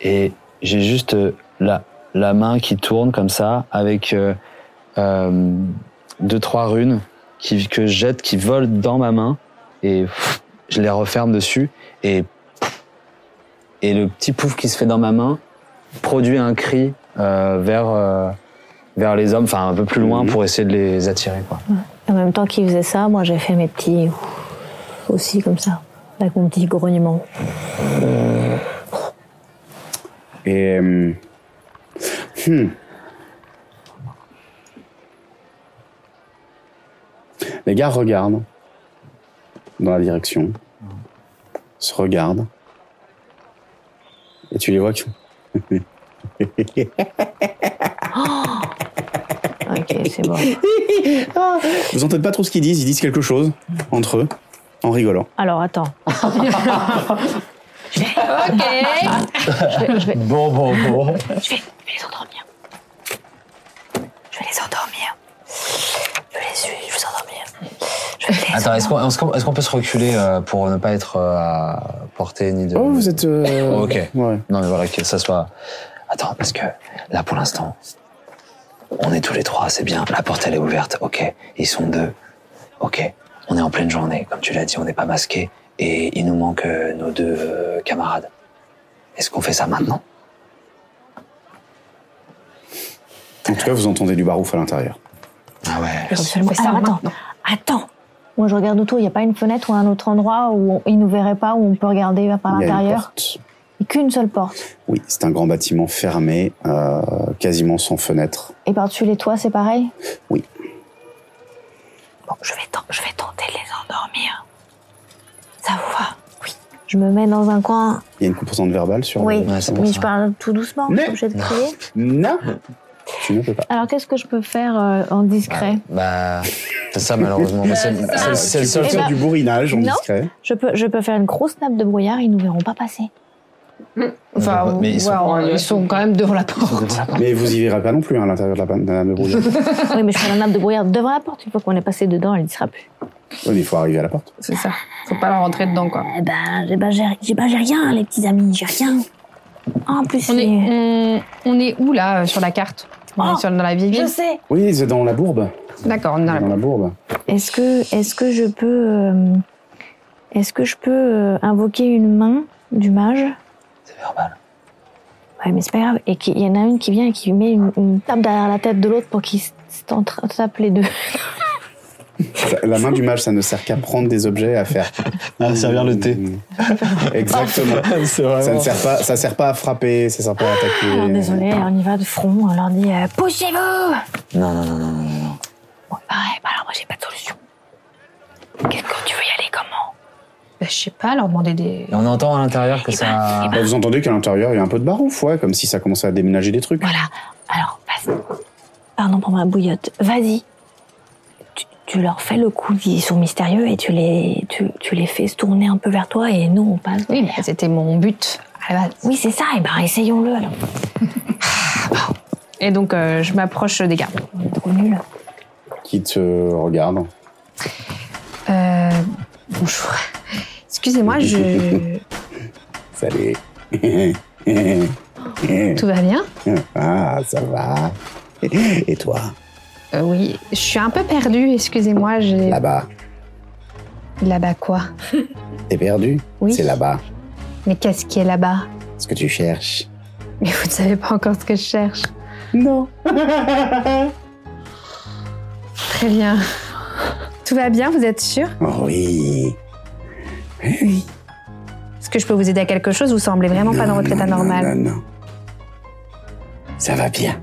et j'ai juste euh, la, la main qui tourne comme ça avec euh, euh, deux trois runes qui, que je jette qui volent dans ma main et pff, je les referme dessus et pff, et le petit pouf qui se fait dans ma main produit un cri euh, vers euh, vers les hommes enfin un peu plus loin
Mhm.
pour essayer de les attirer quoi.
Et en même temps qu'il faisait ça, moi j'ai fait mes petits. aussi comme ça. Avec mon petit grognement.
Et. euh, hmm. Les gars regardent. dans la direction, se regardent, et tu les vois qui sont.
Ok, c'est bon.
Vous entendez pas trop ce qu'ils disent, ils disent quelque chose entre eux, en rigolant.
Alors, attends.
Ok.
Je vais, je vais-
Bon, bon, bon.
je vais- je vais les endormir. Je vais les endormir. Je les suis, je vais les endormir. Je vais les
Attends, est-ce qu'on est-ce qu'on- est-ce qu'on peut se reculer euh, pour ne pas être euh, à portée ni de.
Oh, vous êtes. euh,
Ok.
Ouais.
Non, mais voilà, que ça soit. Attends, parce que là, pour l'instant, on est tous les trois, c'est bien. La porte, elle est ouverte, ok. Ils sont deux, ok. On est en pleine journée, comme tu l'as dit, on n'est pas masqué. Et il nous manque euh, nos deux euh, camarades. Est-ce qu'on fait ça maintenant
En tout cas, vous entendez du barouf à l'intérieur.
Ah ouais.
absolument.
Fais ça
Alors, attends,
maintenant.
attends. Moi, je regarde autour. Il n'y a pas une fenêtre ou un autre endroit où on- ils nous verraient pas, où on peut regarder par
Il y a une
l'intérieur.
porte.
Et Qu'une seule porte.
Oui, c'est un grand bâtiment fermé, euh, quasiment sans fenêtre.
Et par-dessus les toits, c'est pareil
Oui.
Bon, je vais, ten- je vais tenter de les endormir. Ça vous va Oui. Je me mets dans un coin.
Il y a une composante verbale sur.
Oui,
le-
Ouais, c'est pour
mais
ça.
je parle tout doucement. Je
Mais-
suis obligée de crier.
Non Tu ne peux pas.
Alors, qu'est-ce que je peux faire euh, en discret
Bah, c'est ça, malheureusement. Mais c'est
c'est ça.
c'est- c'est le seul
Eh
Sortir
ben,
du bourrinage, on
non.
discret.
je, peux, je peux faire une grosse nappe de brouillard, ils nous verront pas passer.
Enfin,
Mais ils sont-
ouais, on- ils sont quand même devant la porte.
Mais vous y verrez pas non plus hein, à l'intérieur de la panne de la brouillard.
oui, mais je fais la nappe de brouillard devant la porte. Une fois qu'on est passé dedans, elle ne sera plus.
Oui, mais il faut arriver à la porte.
C'est ça. Faut pas leur rentrer dedans, quoi.
Eh ben, j'ai ben, j'ai- j'ai- ben, j'ai rien, les petits amis, j'ai rien. En plus,
On est,
les-
on, on est où, là, euh, sur la carte On
Oh,
est sur, dans la
je
ville
sais.
Oui, c'est dans la bourbe.
D'accord, on est dans la
Dans la bourbe.
Est-ce que, est que je peux. euh, Est-ce que je peux euh, invoquer une main du mage
C'est verbal.
Ouais, mais c'est pas grave. Et qu'il y en a une qui vient et qui met une, une tape derrière la tête de l'autre pour qu'ils se se tentent- tapent les deux.
Ça- La main du mage, ça ne sert qu'à prendre des objets, à faire.
À servir le thé.
Exactement.
c'est
Ça ne
vraiment.
sert pas, ça sert pas à frapper, ça sert pas à attaquer.
Alors, Ah, désolé, on y va de front. On leur dit euh, Poussez-vous
Non, non, non, non, non, non. non.
Bon, bah ouais, bah alors moi j'ai pas de solution. Qu'est-ce que tu veux y aller comment
Bah, je sais pas, leur demander des.
Et on entend à l'intérieur que ça.
Bah, vous entendez qu'à l'intérieur, il y a un peu de barouf, ouais, comme si ça commençait à déménager des trucs.
Voilà. Alors, vas-y. Pardon pour ma bouillotte. Vas-y. Tu, tu leur fais le coup, ils sont mystérieux et tu les, tu, tu les fais se tourner un peu vers toi et nous on passe. Ah, bah,
Oui, bah, c'était mon but à la base.
Oui, c'est ça, et ben essayons-le alors.
Et donc, euh, je m'approche des gardes.
Trop nul.
Qui te regarde.
Euh, bonjour. Excusez-moi, je.
Salut.
Tout va bien
ah, ça va. Et toi,
Euh, Oui, je suis un peu perdue, excusez-moi, j'ai.
là-bas,
Là-bas quoi
t'es perdu
Oui.
C'est là-bas.
Mais qu'est-ce qui est là-bas
Ce que tu cherches.
Mais vous ne savez pas encore ce que je cherche.
Non.
Très bien. Tout va bien, vous êtes sûr
oui. Eh oui.
Est-ce que je peux vous aider à quelque chose Vous semblez vraiment pas dans votre état normal.
Non, non. Ça va bien.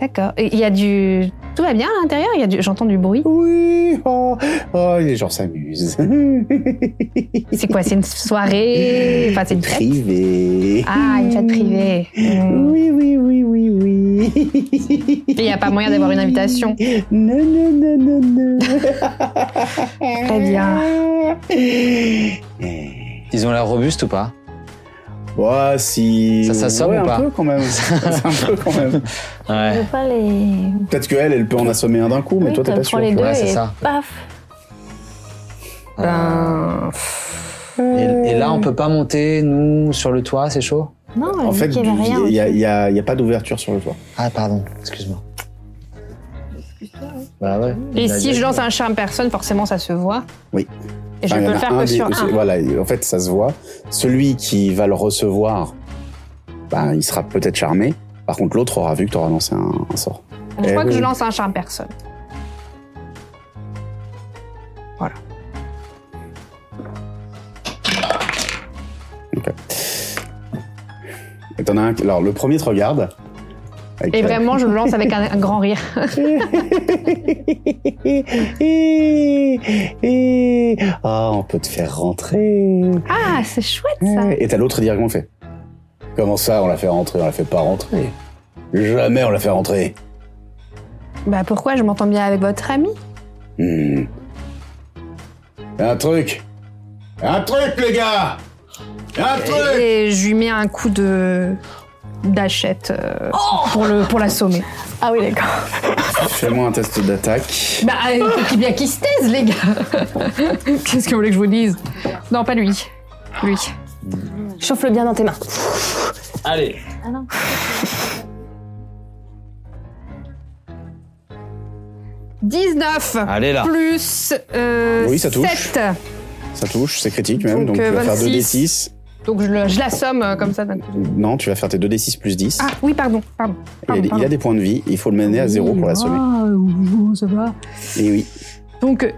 D'accord. Et Il y a du. Tout va bien à l'intérieur Il y a du... J'entends du bruit.
Oui. Oh, oh, les gens s'amusent.
C'est quoi C'est une soirée Enfin, c'est une fête
Privé.
Ah, une fête privée. Hmm.
Oui, oui, oui, oui, oui.
Il n'y a pas moyen d'avoir une invitation.
Non, non, non, non, non.
Très bien.
Ils ont l'air robustes ou pas
Ouais, si.
Ça s'assomme
ouais,
ou
un
pas
peu quand même. C'est un peu quand même.
Je
Ouais.
veux pas les.
Peut-être qu'elle, elle peut en assommer un d'un coup, mais
Oui,
toi, t'es
t'en
pas
prends
sûr.
les deux
Ouais, c'est
et
ça.
paf
Ben.
Euh, Et, et là, on peut pas monter, nous, sur le toit, c'est chaud
Non, elle
En
dit
fait,
qu'il y avait rien.
il n'y a, il y a- il y a pas d'ouverture sur le toit.
Ah, pardon, excuse-moi. Bah ouais.
Et
Il a-
si
il a-
je lance un chat à personne, forcément, ça se voit.
Oui.
Et je
Enfin, il y en
peux le
a
faire que
des-
sur
c'est-
un.
Voilà, en fait, ça se voit. Celui qui va le recevoir, ben, il sera peut-être charmé. Par contre, l'autre aura vu que tu auras lancé un, un sort.
Je
Eh
crois que
oui.
je lance un chat à personne.
Et t'en as un qui- Alors, le premier te regarde, Avec,
Et
euh,
vraiment, je me lance avec un, un grand rire.
Ah, on peut te faire rentrer.
Ah, c'est chouette ça.
Et t'as l'autre directement fait. Comment ça, on la fait rentrer, on la fait pas rentrer Jamais on la fait rentrer.
Bah pourquoi je m'entends bien avec votre ami
Hmm. Un truc Un truc, les gars Un truc
Et je lui mets un coup de d'achette euh, pour le pour l'assommer.
Ah oui, d'accord.
Fais-moi un test d'attaque.
Bah euh, il faut bien qu'il se taise les gars. Qu'est-ce que vous voulez que je vous dise Non pas lui. Lui.
Chauffe-le bien dans tes mains.
Allez.
« 19
Allez là.
plus euh,
Oui, ça touche.
7.
Ça touche, c'est critique même, donc,
Donc,
tu
euh,
vas faire
26.
2d6.
Donc je, le- je l'assomme euh, comme ça d'un coup.
Non, tu vas faire tes 2d6 plus 10.
Ah oui pardon, pardon.
il, a,
pardon,
des- il a
pardon.
des points de vie, il faut le mener à zéro pour l'assommer.
Ah, euh, ça va.
Et oui,
Donc euh,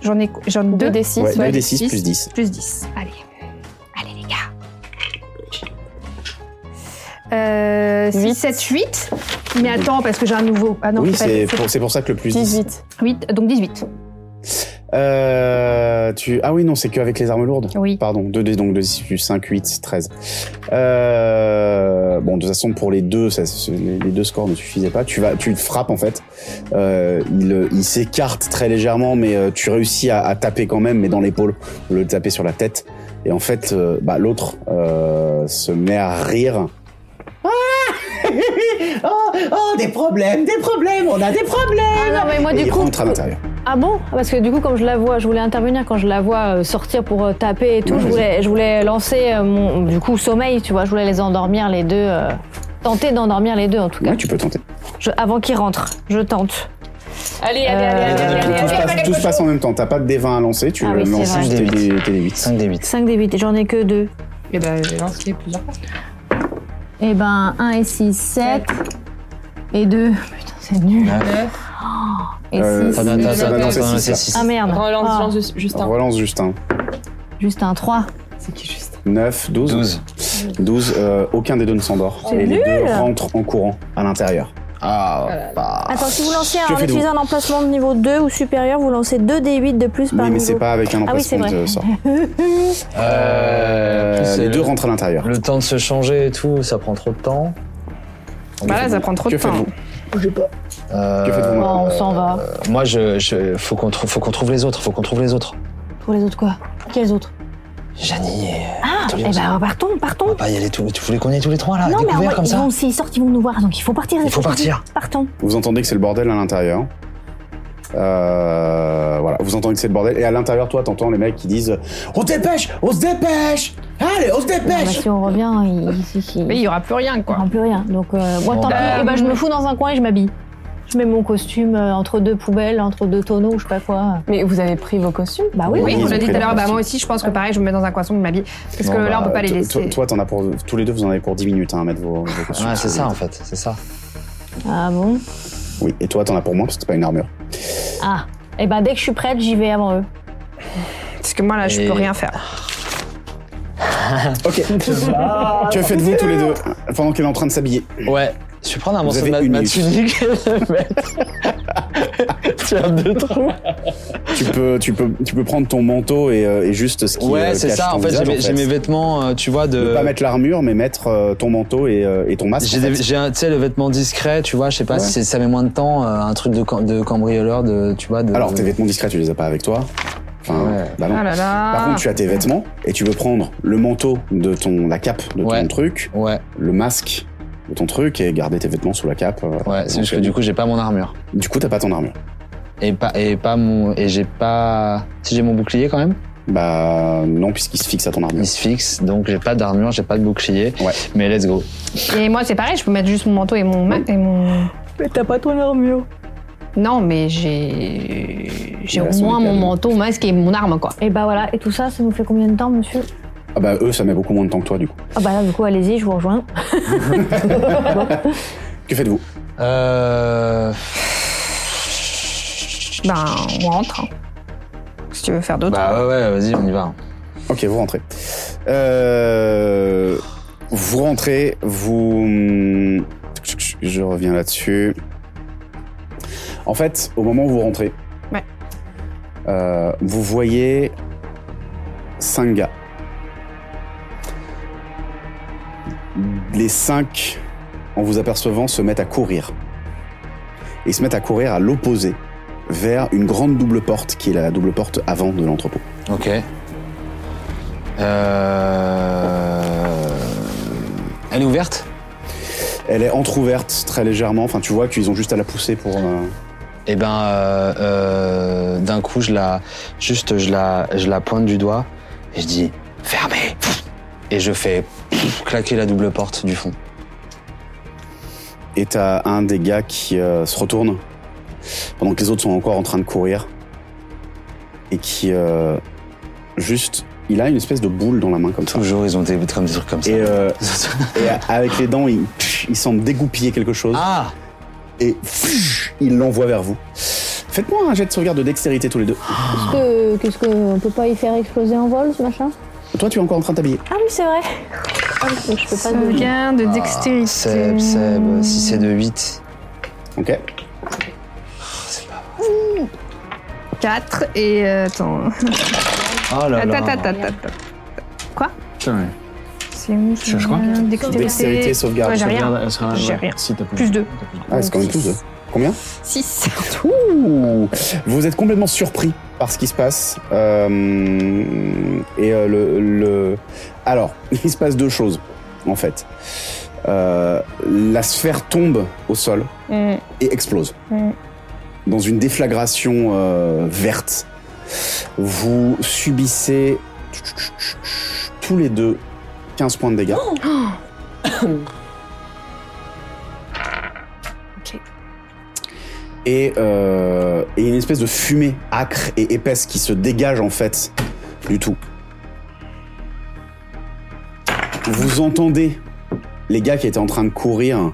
j'en ai j'en ai deux,
Deux des six,
ouais,
ouais.
2d6 plus 10.
plus 10. Allez. Allez les gars. Euh, 6,
Huit.
7, 8. Mais attends, parce que j'ai un nouveau. Ah non,
oui,
c'est pas-
c'est
c'est
pour, c'est pour ça que le plus 10.
18.
8, donc 18.
Euh, tu... Ah oui, non, c'est qu'avec les armes lourdes.
Oui.
Pardon, 2D, donc 2D plus 5, 8, 13. Euh, bon, de toute façon, pour les deux, ça, ce- les les deux scores ne suffisaient pas. Tu, vas, tu le frappes, en fait. Euh, il il s'écarte très légèrement, mais euh, tu réussis à, à taper quand même, mais dans l'épaule, au lieu de taper sur la tête. Et en fait, euh, bah, l'autre euh, se met à rire. Ah oh, oh, des problèmes, des problèmes, on a des problèmes
Ah non, mais moi,
Et
du
il
coup.
rentre à l'intérieur.
Ah bon Parce que du coup, comme je la vois, je voulais intervenir quand je la vois euh, sortir pour euh, taper et tout.
Ouais,
je, voulais, je voulais lancer euh, mon. Du coup, sommeil, tu vois. Je voulais les endormir les deux. euh, tenter d'endormir les deux, en tout cas.
Ouais, tu peux tenter.
Je- avant qu'ils rentrent, je tente.
Allez, allez, allez, allez, allez,
Euh, Tout se
allez,
passe, tout se passe en même temps. T'as pas de D20 à lancer, tu
Ah oui, c'est
lances
vrai.
juste tes, tes- tes D8.
5 des 8.
5 des 8, j'en ai que 2.
Et ben, j'ai lancé plusieurs fois.
Et ben, 1 et 6, 7. Et 2. Putain, c'est nul. Et
Euh,
6.
Attends, attends, attends, attends, c'est six,
Ah merde. Ah,
Relance Jean- Justin.
Relance hein. Justin.
juste un 3.
C'est qui Justin
9, 12.
12.
12, euh, aucun des deux ne s'endort. et les deux rentrent en courant à l'intérieur. Ah, bah.
Attends, si vous lancez
Que
un, en
faites-vous
utilisant un emplacement de niveau 2 ou supérieur, vous lancez 2 D8 de plus par
Oui, mais
niveau.
c'est pas avec un
Ah oui, c'est
emplacement
vrai.
de sort.
Euh,
Euh,
c'est
les
le-
Ah, deux rentrent à l'intérieur.
Le temps de se changer et tout, ça prend trop de temps.
Bah là, ça prend trop
Que
de temps.
faites-vous
Euh,
Que faites-vous
Oh, on s'en va.
euh, Moi, je, je- faut qu'on trouve, faut qu'on trouve les autres, faut qu'on trouve les autres.
Pour les autres quoi Quels autres
Janie et
Ah,
Anthony,
eh
on s'en-
ben partons,
on va
partons.
pas y aller tous. Tu voulais qu'on y aille tous les trois là,
non, mais
Ah, découvert
en vrai,
comme
ils
ça.
vont- s'ils sortent, ils vont nous voir, donc il faut partir.
Il faut partir.
Partons.
Vous entendez que c'est le bordel à l'intérieur. Euh, voilà, vous entendez que c'est le bordel. Et à l'intérieur, toi, t'entends les mecs qui disent On se dépêche On se dépêche Allez, on se
Non, bah,
dépêche
si on revient, il
Mais il
il-
y aura plus rien,
il
quoi.
prend plus rien. Donc euh, moi,
Bon,
tant pis.
bah.
Eh ben, je me fous dans un coin et je m'habille. Je mets mon costume euh, entre deux poubelles, entre deux tonneaux, je sais pas quoi.
Mais vous avez pris vos costumes
Bah oui,
Oui,
ils
on
ont
l'a dit
pris
tout
la
à l'heure. Bah,
partie.
moi aussi, je pense que pareil, je me mets dans un coin sombre de ma vie. Parce que
Bon,
là, on
bah,
peut pas
Euh,
les
Toi-
laisser.
toi- Toi, t'en as pour. Tous les deux, vous en avez pour 10 minutes hein, à mettre vos, vos costumes.
Ouais, c'est ça en fait, c'est ça.
Ah bon
Oui, et toi, t'en as pour moins parce que t'as pas une armure.
Ah. Et ben dès que je suis prête, j'y vais avant eux.
Parce que moi, là, je
Et-
peux rien faire.
Ok.
Ah,
que faites-vous tous les deux pendant qu'elle est en train de s'habiller
Ouais. Je vais prendre un
Vous
morceau de
avez
ma,
une
ma
minute.
tunique et le mettre. tu as deux trous.
tu, peux, tu, peux, tu peux prendre ton manteau et, euh, et juste ce qui. euh,
Ouais, c'est
cache
ça.
ton
En fait, j'ai
visage,
mes- j'ai mes vêtements, euh, tu vois,
Ne
de.
pas mettre l'armure, mais mettre euh, ton manteau et, euh, et ton masque.
J'ai
en
des-
fait.
j'ai un, tu sais, le vêtement discret, tu vois, je sais pas
Ouais.
si c'est- ça met moins de temps, euh, un truc de, cam- de cambrioleur, de, tu vois, de.
Alors, tes vêtements discrets, tu les as pas avec toi. Enfin,
Ouais.
bah non.
Ah là là.
Par contre, tu as tes vêtements et tu peux prendre le manteau de ton. la cape de
Ouais.
ton truc,
Ouais,
le masque de ton truc et garder tes vêtements sous la cape. euh,
ouais, c'est juste que
éventuellement.
du coup, j'ai pas mon armure.
Du coup, t'as pas ton armure.
Et pas, et pas mon, et j'ai pas, si j'ai mon bouclier quand même,
Bah non, puisqu'il se fixe à ton armure.
il se fixe, donc j'ai pas d'armure, j'ai pas de bouclier.
Ouais.
Mais let's go.
Et moi, c'est pareil, je peux mettre juste mon manteau et mon. ma- Et mon...
Mais t'as pas ton armure.
Non, mais j'ai. J'ai
Il
au
reste
moins
les
mon
cadres.
manteau, masque et mon arme, quoi.
Et bah voilà, et tout ça, ça nous fait combien de temps, monsieur
Ah bah eux, ça met beaucoup moins de temps que toi, du coup.
Ah bah là, du coup, allez-y, je vous rejoins.
Que faites-vous
Euh,
Ben, on rentre. hein. Si tu veux faire d'autres.
bah ouais, ouais, vas-y, on y va.
Ok, vous rentrez. Euh, vous rentrez, vous... Je reviens là-dessus. En fait, au moment où vous rentrez,
Ouais.
euh, vous voyez cinq gars. Les cinq, en vous apercevant, se mettent à courir. Et ils se mettent à courir à l'opposé, vers une grande double porte qui est la double porte avant de l'entrepôt.
Ok. Euh... Elle est ouverte
Elle est entr'ouverte très légèrement. Enfin, tu vois qu'ils ont juste à la pousser pour. euh,
Eh ben, euh, euh, d'un coup, je la, juste, je la, je la pointe du doigt et je dis fermez. Et je fais claquer la double porte du fond.
Et t'as un des gars qui euh, se retourne pendant que les autres sont encore en train de courir et qui euh, juste il a une espèce de boule dans la main comme ça.
Toujours, ils ont des comme des trucs comme ça.
Et, euh, et a- avec les dents, il, il semble dégoupiller quelque chose.
Ah
Et il l'envoie vers vous. Faites-moi un jet de sauvegarde de dextérité tous les deux.
Qu'est-ce que, qu'est-ce que, on peut pas y faire exploser en vol, ce machin
Toi, tu es encore en train de t'habiller.
Ah oui, c'est vrai. Ah oui, donc je peux pas deviner.
gain de dextérité.
Seb, Seb, si c'est de 8.
Ok.
4 et. euh, attends.
Oh là là.
Attends, attends, attends, attends.
Putain,
C'est où
Tu cherches quoi
Dextérité.
Dextérité, sauvegarde.
Ouais, j'ai rien.
Sauvegarde, elle sera-
J'ai
ouais,
rien.
Si, t'as plus.
Plus 2.
Ah, c'est quand même tous deux. Combien
6.
Ouh. Vous êtes complètement surpris par ce qui se passe. Euh, et euh, le, le- Alors, il se passe deux choses, en fait. Euh, la sphère tombe au sol et explose.
Mm.
Dans une déflagration euh, verte. Vous subissez tous les deux 15 points de dégâts. et, euh, et une espèce de fumée acre et épaisse qui se dégage en fait du tout. Vous entendez les gars qui étaient en train de courir.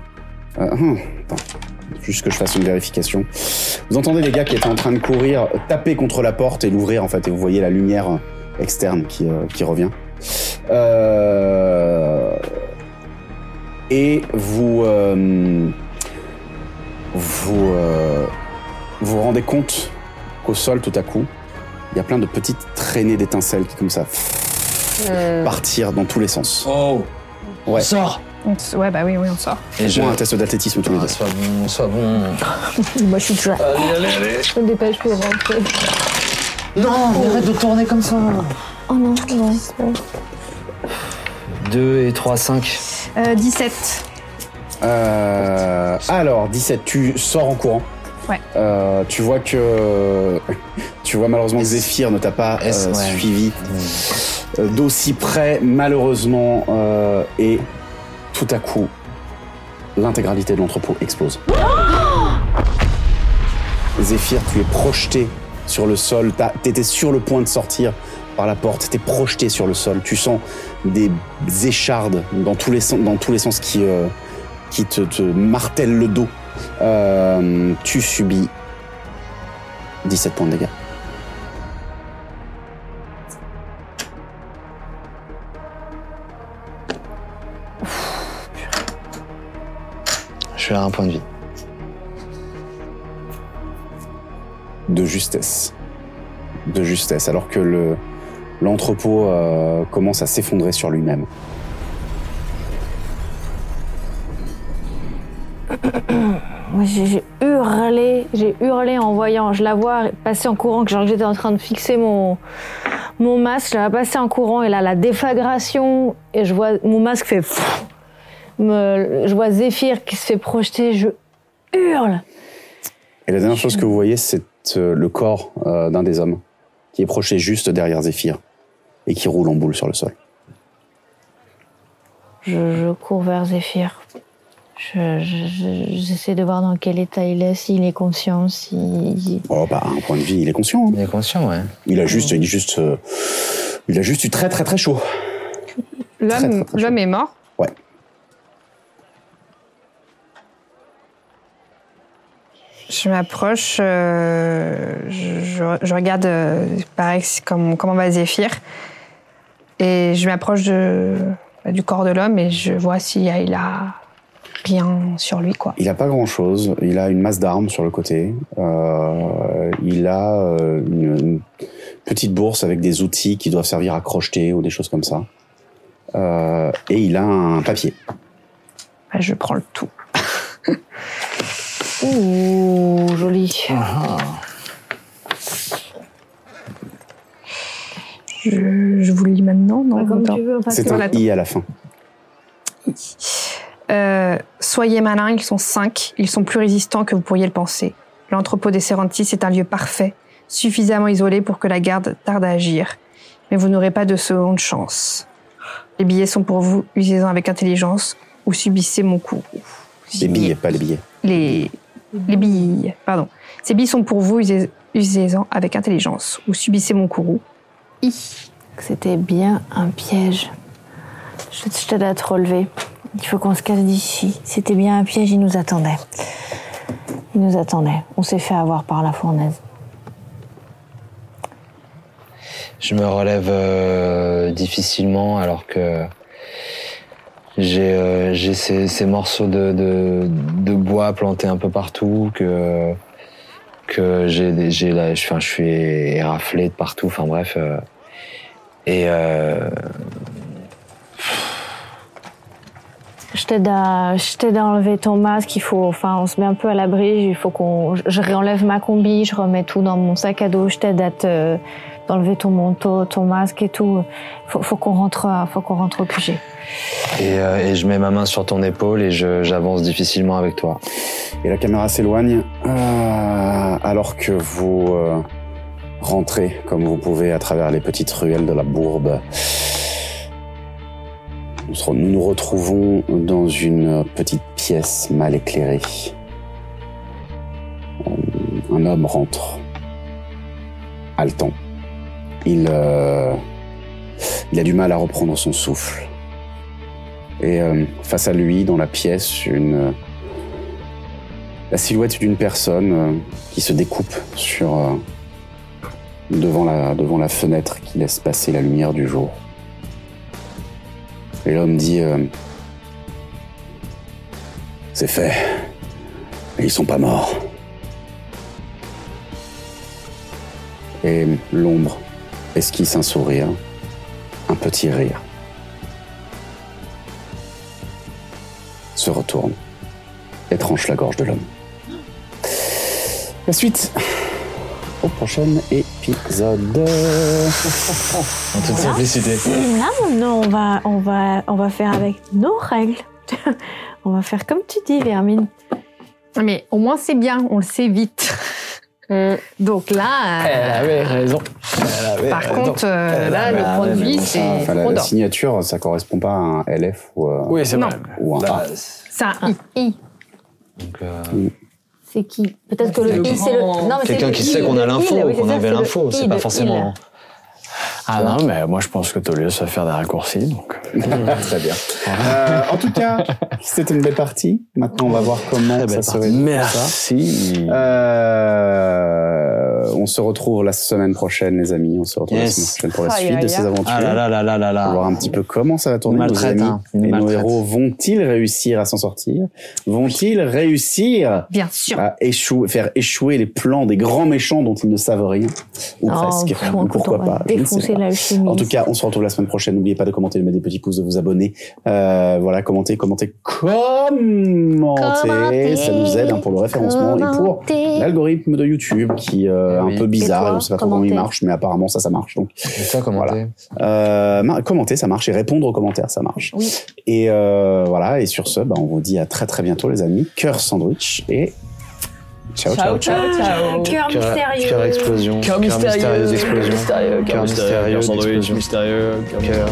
euh, hum, attends, juste que je fasse une vérification. Vous entendez les gars qui étaient en train de courir taper contre la porte et l'ouvrir en fait, et vous voyez la lumière externe qui, euh, qui revient. Euh, et vous. euh, vous euh, vous vous rendez compte qu'au sol, tout à coup, il y a plein de petites traînées d'étincelles qui, comme ça,
Euh.
Euh, partir dans tous les sens.
Oh
Ouais.
On sort
Ouais, bah oui, oui, on sort.
Et je.
Faites-moi un test d'athlétisme tous les
Ah,
deux.
sois bon, sois bon.
Moi, je suis déjà.
Allez, allez, allez.
Je me dépêche pour rentrer.
Non, arrête de tourner comme ça.
Oh non, non. c'est vrai.
2 et 3, 5.
Euh, 17.
Euh, alors, 17, tu sors en courant.
Ouais.
Euh, tu vois que. Tu vois malheureusement que Zéphyr ne t'a pas euh,
S, ouais.
suivi euh, d'aussi près, malheureusement. euh, et tout à coup, l'intégralité de l'entrepôt explose. Zéphyr, tu es projeté sur le sol. T'as- T'étais sur le point de sortir par la porte. T'es projeté sur le sol. Tu sens des échardes dans tous les sens, dans tous les sens qui, euh, qui te, te martèlent le dos. Euh, tu subis 17 points de dégâts.
Je suis à un point de vie.
de justesse. De justesse, alors que le, l'entrepôt euh, commence à s'effondrer sur lui-même.
Moi, j'ai j'ai hurlé, j'ai hurlé en voyant. Je la vois passer en courant, que genre que j'étais en train de fixer mon, mon masque. Je la vois passer en courant et là, la déflagration. Et je vois mon masque fait. pfff. Me- je vois Zéphyr qui se fait projeter. Je hurle.
Et la dernière chose que vous voyez, c'est euh, le corps euh, d'un des hommes qui est projeté juste derrière Zéphyr et qui roule en boule sur le sol.
Je, je cours vers Zéphyr. Je- je- je- J'essaie de voir dans quel état il est, s'il est conscient, si.
Oh, bah, un point de vie, il est conscient. hein.
Il est conscient, ouais.
Il a juste, il est juste, euh, il a juste eu très très très chaud. Très, très,
L'homme
très
l'homme est mort. Je m'approche, euh, je, je- je regarde euh, pareil c'est comme- comment va Zéphyr. Et je m'approche de- du corps de l'homme et je vois s'il a, il a rien sur lui, quoi.
Il a pas grand chose. Il a une masse d'armes sur le côté. Euh, il a euh, une, une petite bourse avec des outils qui doivent servir à crocheter ou des choses comme ça. Euh, et il a un papier.
Bah, je prends le tout.
Ouh, joli.
Je, je vous le lis maintenant, non
Bah, Comme
Attends.
tu veux, enfin,
C'est
tu-
un i à la fin.
Euh, soyez malins, ils sont cinq, ils sont plus résistants que vous pourriez le penser. L'entrepôt des Sérantis est un lieu parfait, suffisamment isolé pour que la garde tarde à agir. Mais vous n'aurez pas de seconde chance. Les billets sont pour vous, usez-en avec intelligence ou subissez mon coup.
Les billets, pas les billets.
Les, les billes, pardon. Ces billes sont pour vous, usez- usez-en avec intelligence ou subissez mon courroux.
C'était bien un piège. Je je t'aide à te relever. Il faut qu'on se casse d'ici. C'était bien un piège, il nous attendait. Il nous attendait. On s'est fait avoir par la fournaise.
Je me relève euh, difficilement alors que j'ai euh, j'ai ces, ces morceaux de, de, de bois plantés un peu partout, que, que j'ai des- j'ai la- je, enfin, je suis éraflé de partout, enfin bref. euh, et euh,
Je t'aide à, je t'aide à enlever ton masque. Il faut, enfin, on se met un peu à l'abri. Il faut qu'on, je- je réenlève ma combi, je remets tout dans mon sac à dos. Je t'aide à te, d'enlever ton manteau, ton masque et tout. Faut, faut qu'on rentre, à- faut qu'on rentre au QG.
et, euh, et je mets ma main sur ton épaule et je- j'avance difficilement avec toi.
Et la caméra s'éloigne euh, alors que vous euh, rentrez comme vous pouvez à travers les petites ruelles de la bourbe. Nous serons- nous nous retrouvons dans une petite pièce mal éclairée. Euh, Un homme rentre, haletant. Il, euh, il a du mal à reprendre son souffle. Et euh, face à lui, dans la pièce, une la silhouette d'une personne euh, qui se découpe sur euh, devant la devant la fenêtre qui laisse passer la lumière du jour. Et l'homme dit euh, c'est fait, mais ils sont pas morts. Et l'ombre esquisse un sourire, un petit rire. Se retourne et tranche la gorge de l'homme. La suite au prochain épisode. Ah,
En toute simplicité.
Là, maintenant, on va, on va, on va faire avec nos règles. on va faire comme tu dis, Vermine.
Mais au moins c'est bien, on le sait vite. Donc
Eh,
là, euh,
Elle avait raison. Elle avait
par
raison.
contre, euh,
Elle
là,
avait
le point de
raison.
vie,
Ça,
c'est
bah, enfin, la,
trop
la
d'or.
signature, ça correspond pas à un LF ou, à-
Oui, c'est
Non.
vrai.
ou à un A.
Là,
C'est un I.
Donc, euh,
C'est qui Peut-être que le
C'est
i, c'est le.
grand-
mais c'est
Quelqu'un
le
qui
i,
sait qu'on a
le il,
l'info,
oui,
qu'on
c'est ça,
avait
c'est le
l'info,
i
c'est
de
pas
il.
hein.
forcément.
Ah non, mais moi je pense que Tolios va faire des raccourcis. Donc.
Très bien. Euh, en tout cas, c'était une belle partie. Maintenant, on va voir comment ça se résout. ça.
Merci.
Euh, on se retrouve la semaine prochaine, les amis. On se retrouve
Yes.
la semaine prochaine pour la
Aïe,
suite de
aïe,
ces
aïe.
aventures.
Ah là là là là
On
là
va voir un
là.
petit peu comment ça va tourner
Nous
nos
maltraite,
amis.
hein. Nous
Et nos
maltraite.
héros vont-ils réussir à s'en sortir Vont-ils réussir
Bien sûr.
à échouer, faire échouer les plans des grands méchants dont ils ne savent rien Ou
Non,
presque.
pff, écoute,
Pourquoi
on va
pas je ne sais
Défoncer
pas.
la chimie.
En tout cas, on se retrouve la semaine prochaine. N'oubliez pas de commenter, de mettre des petits pouces, de vous abonner. Euh, voilà, commenter, commenter, commenter. Ça nous aide hein, pour le référencement et pour l'algorithme de YouTube qui euh,
Eh oui.
est un peu
Et
bizarre.
toi,
on ne sait pas trop comment il
commenter.
marche, mais apparemment ça, ça marche. Donc,
Et toi, comment
Voilà.
t'es
euh, ma- commenter, ça marche et répondre aux commentaires, ça marche. Et euh, voilà. Et sur ce, bah, on vous dit à très très bientôt, les amis. Cœur sandwich et ciao. ciao.
ciao, ciao.
Cœur
Cœur-
mystérieux.
Cœur explosion.
Cœur mystérieux.
explosion.
Mystérieux, cœur
Cœur mystérieux.
Mystérieux, sandwich,
d'explosion.
mystérieux, cœur
Cœur.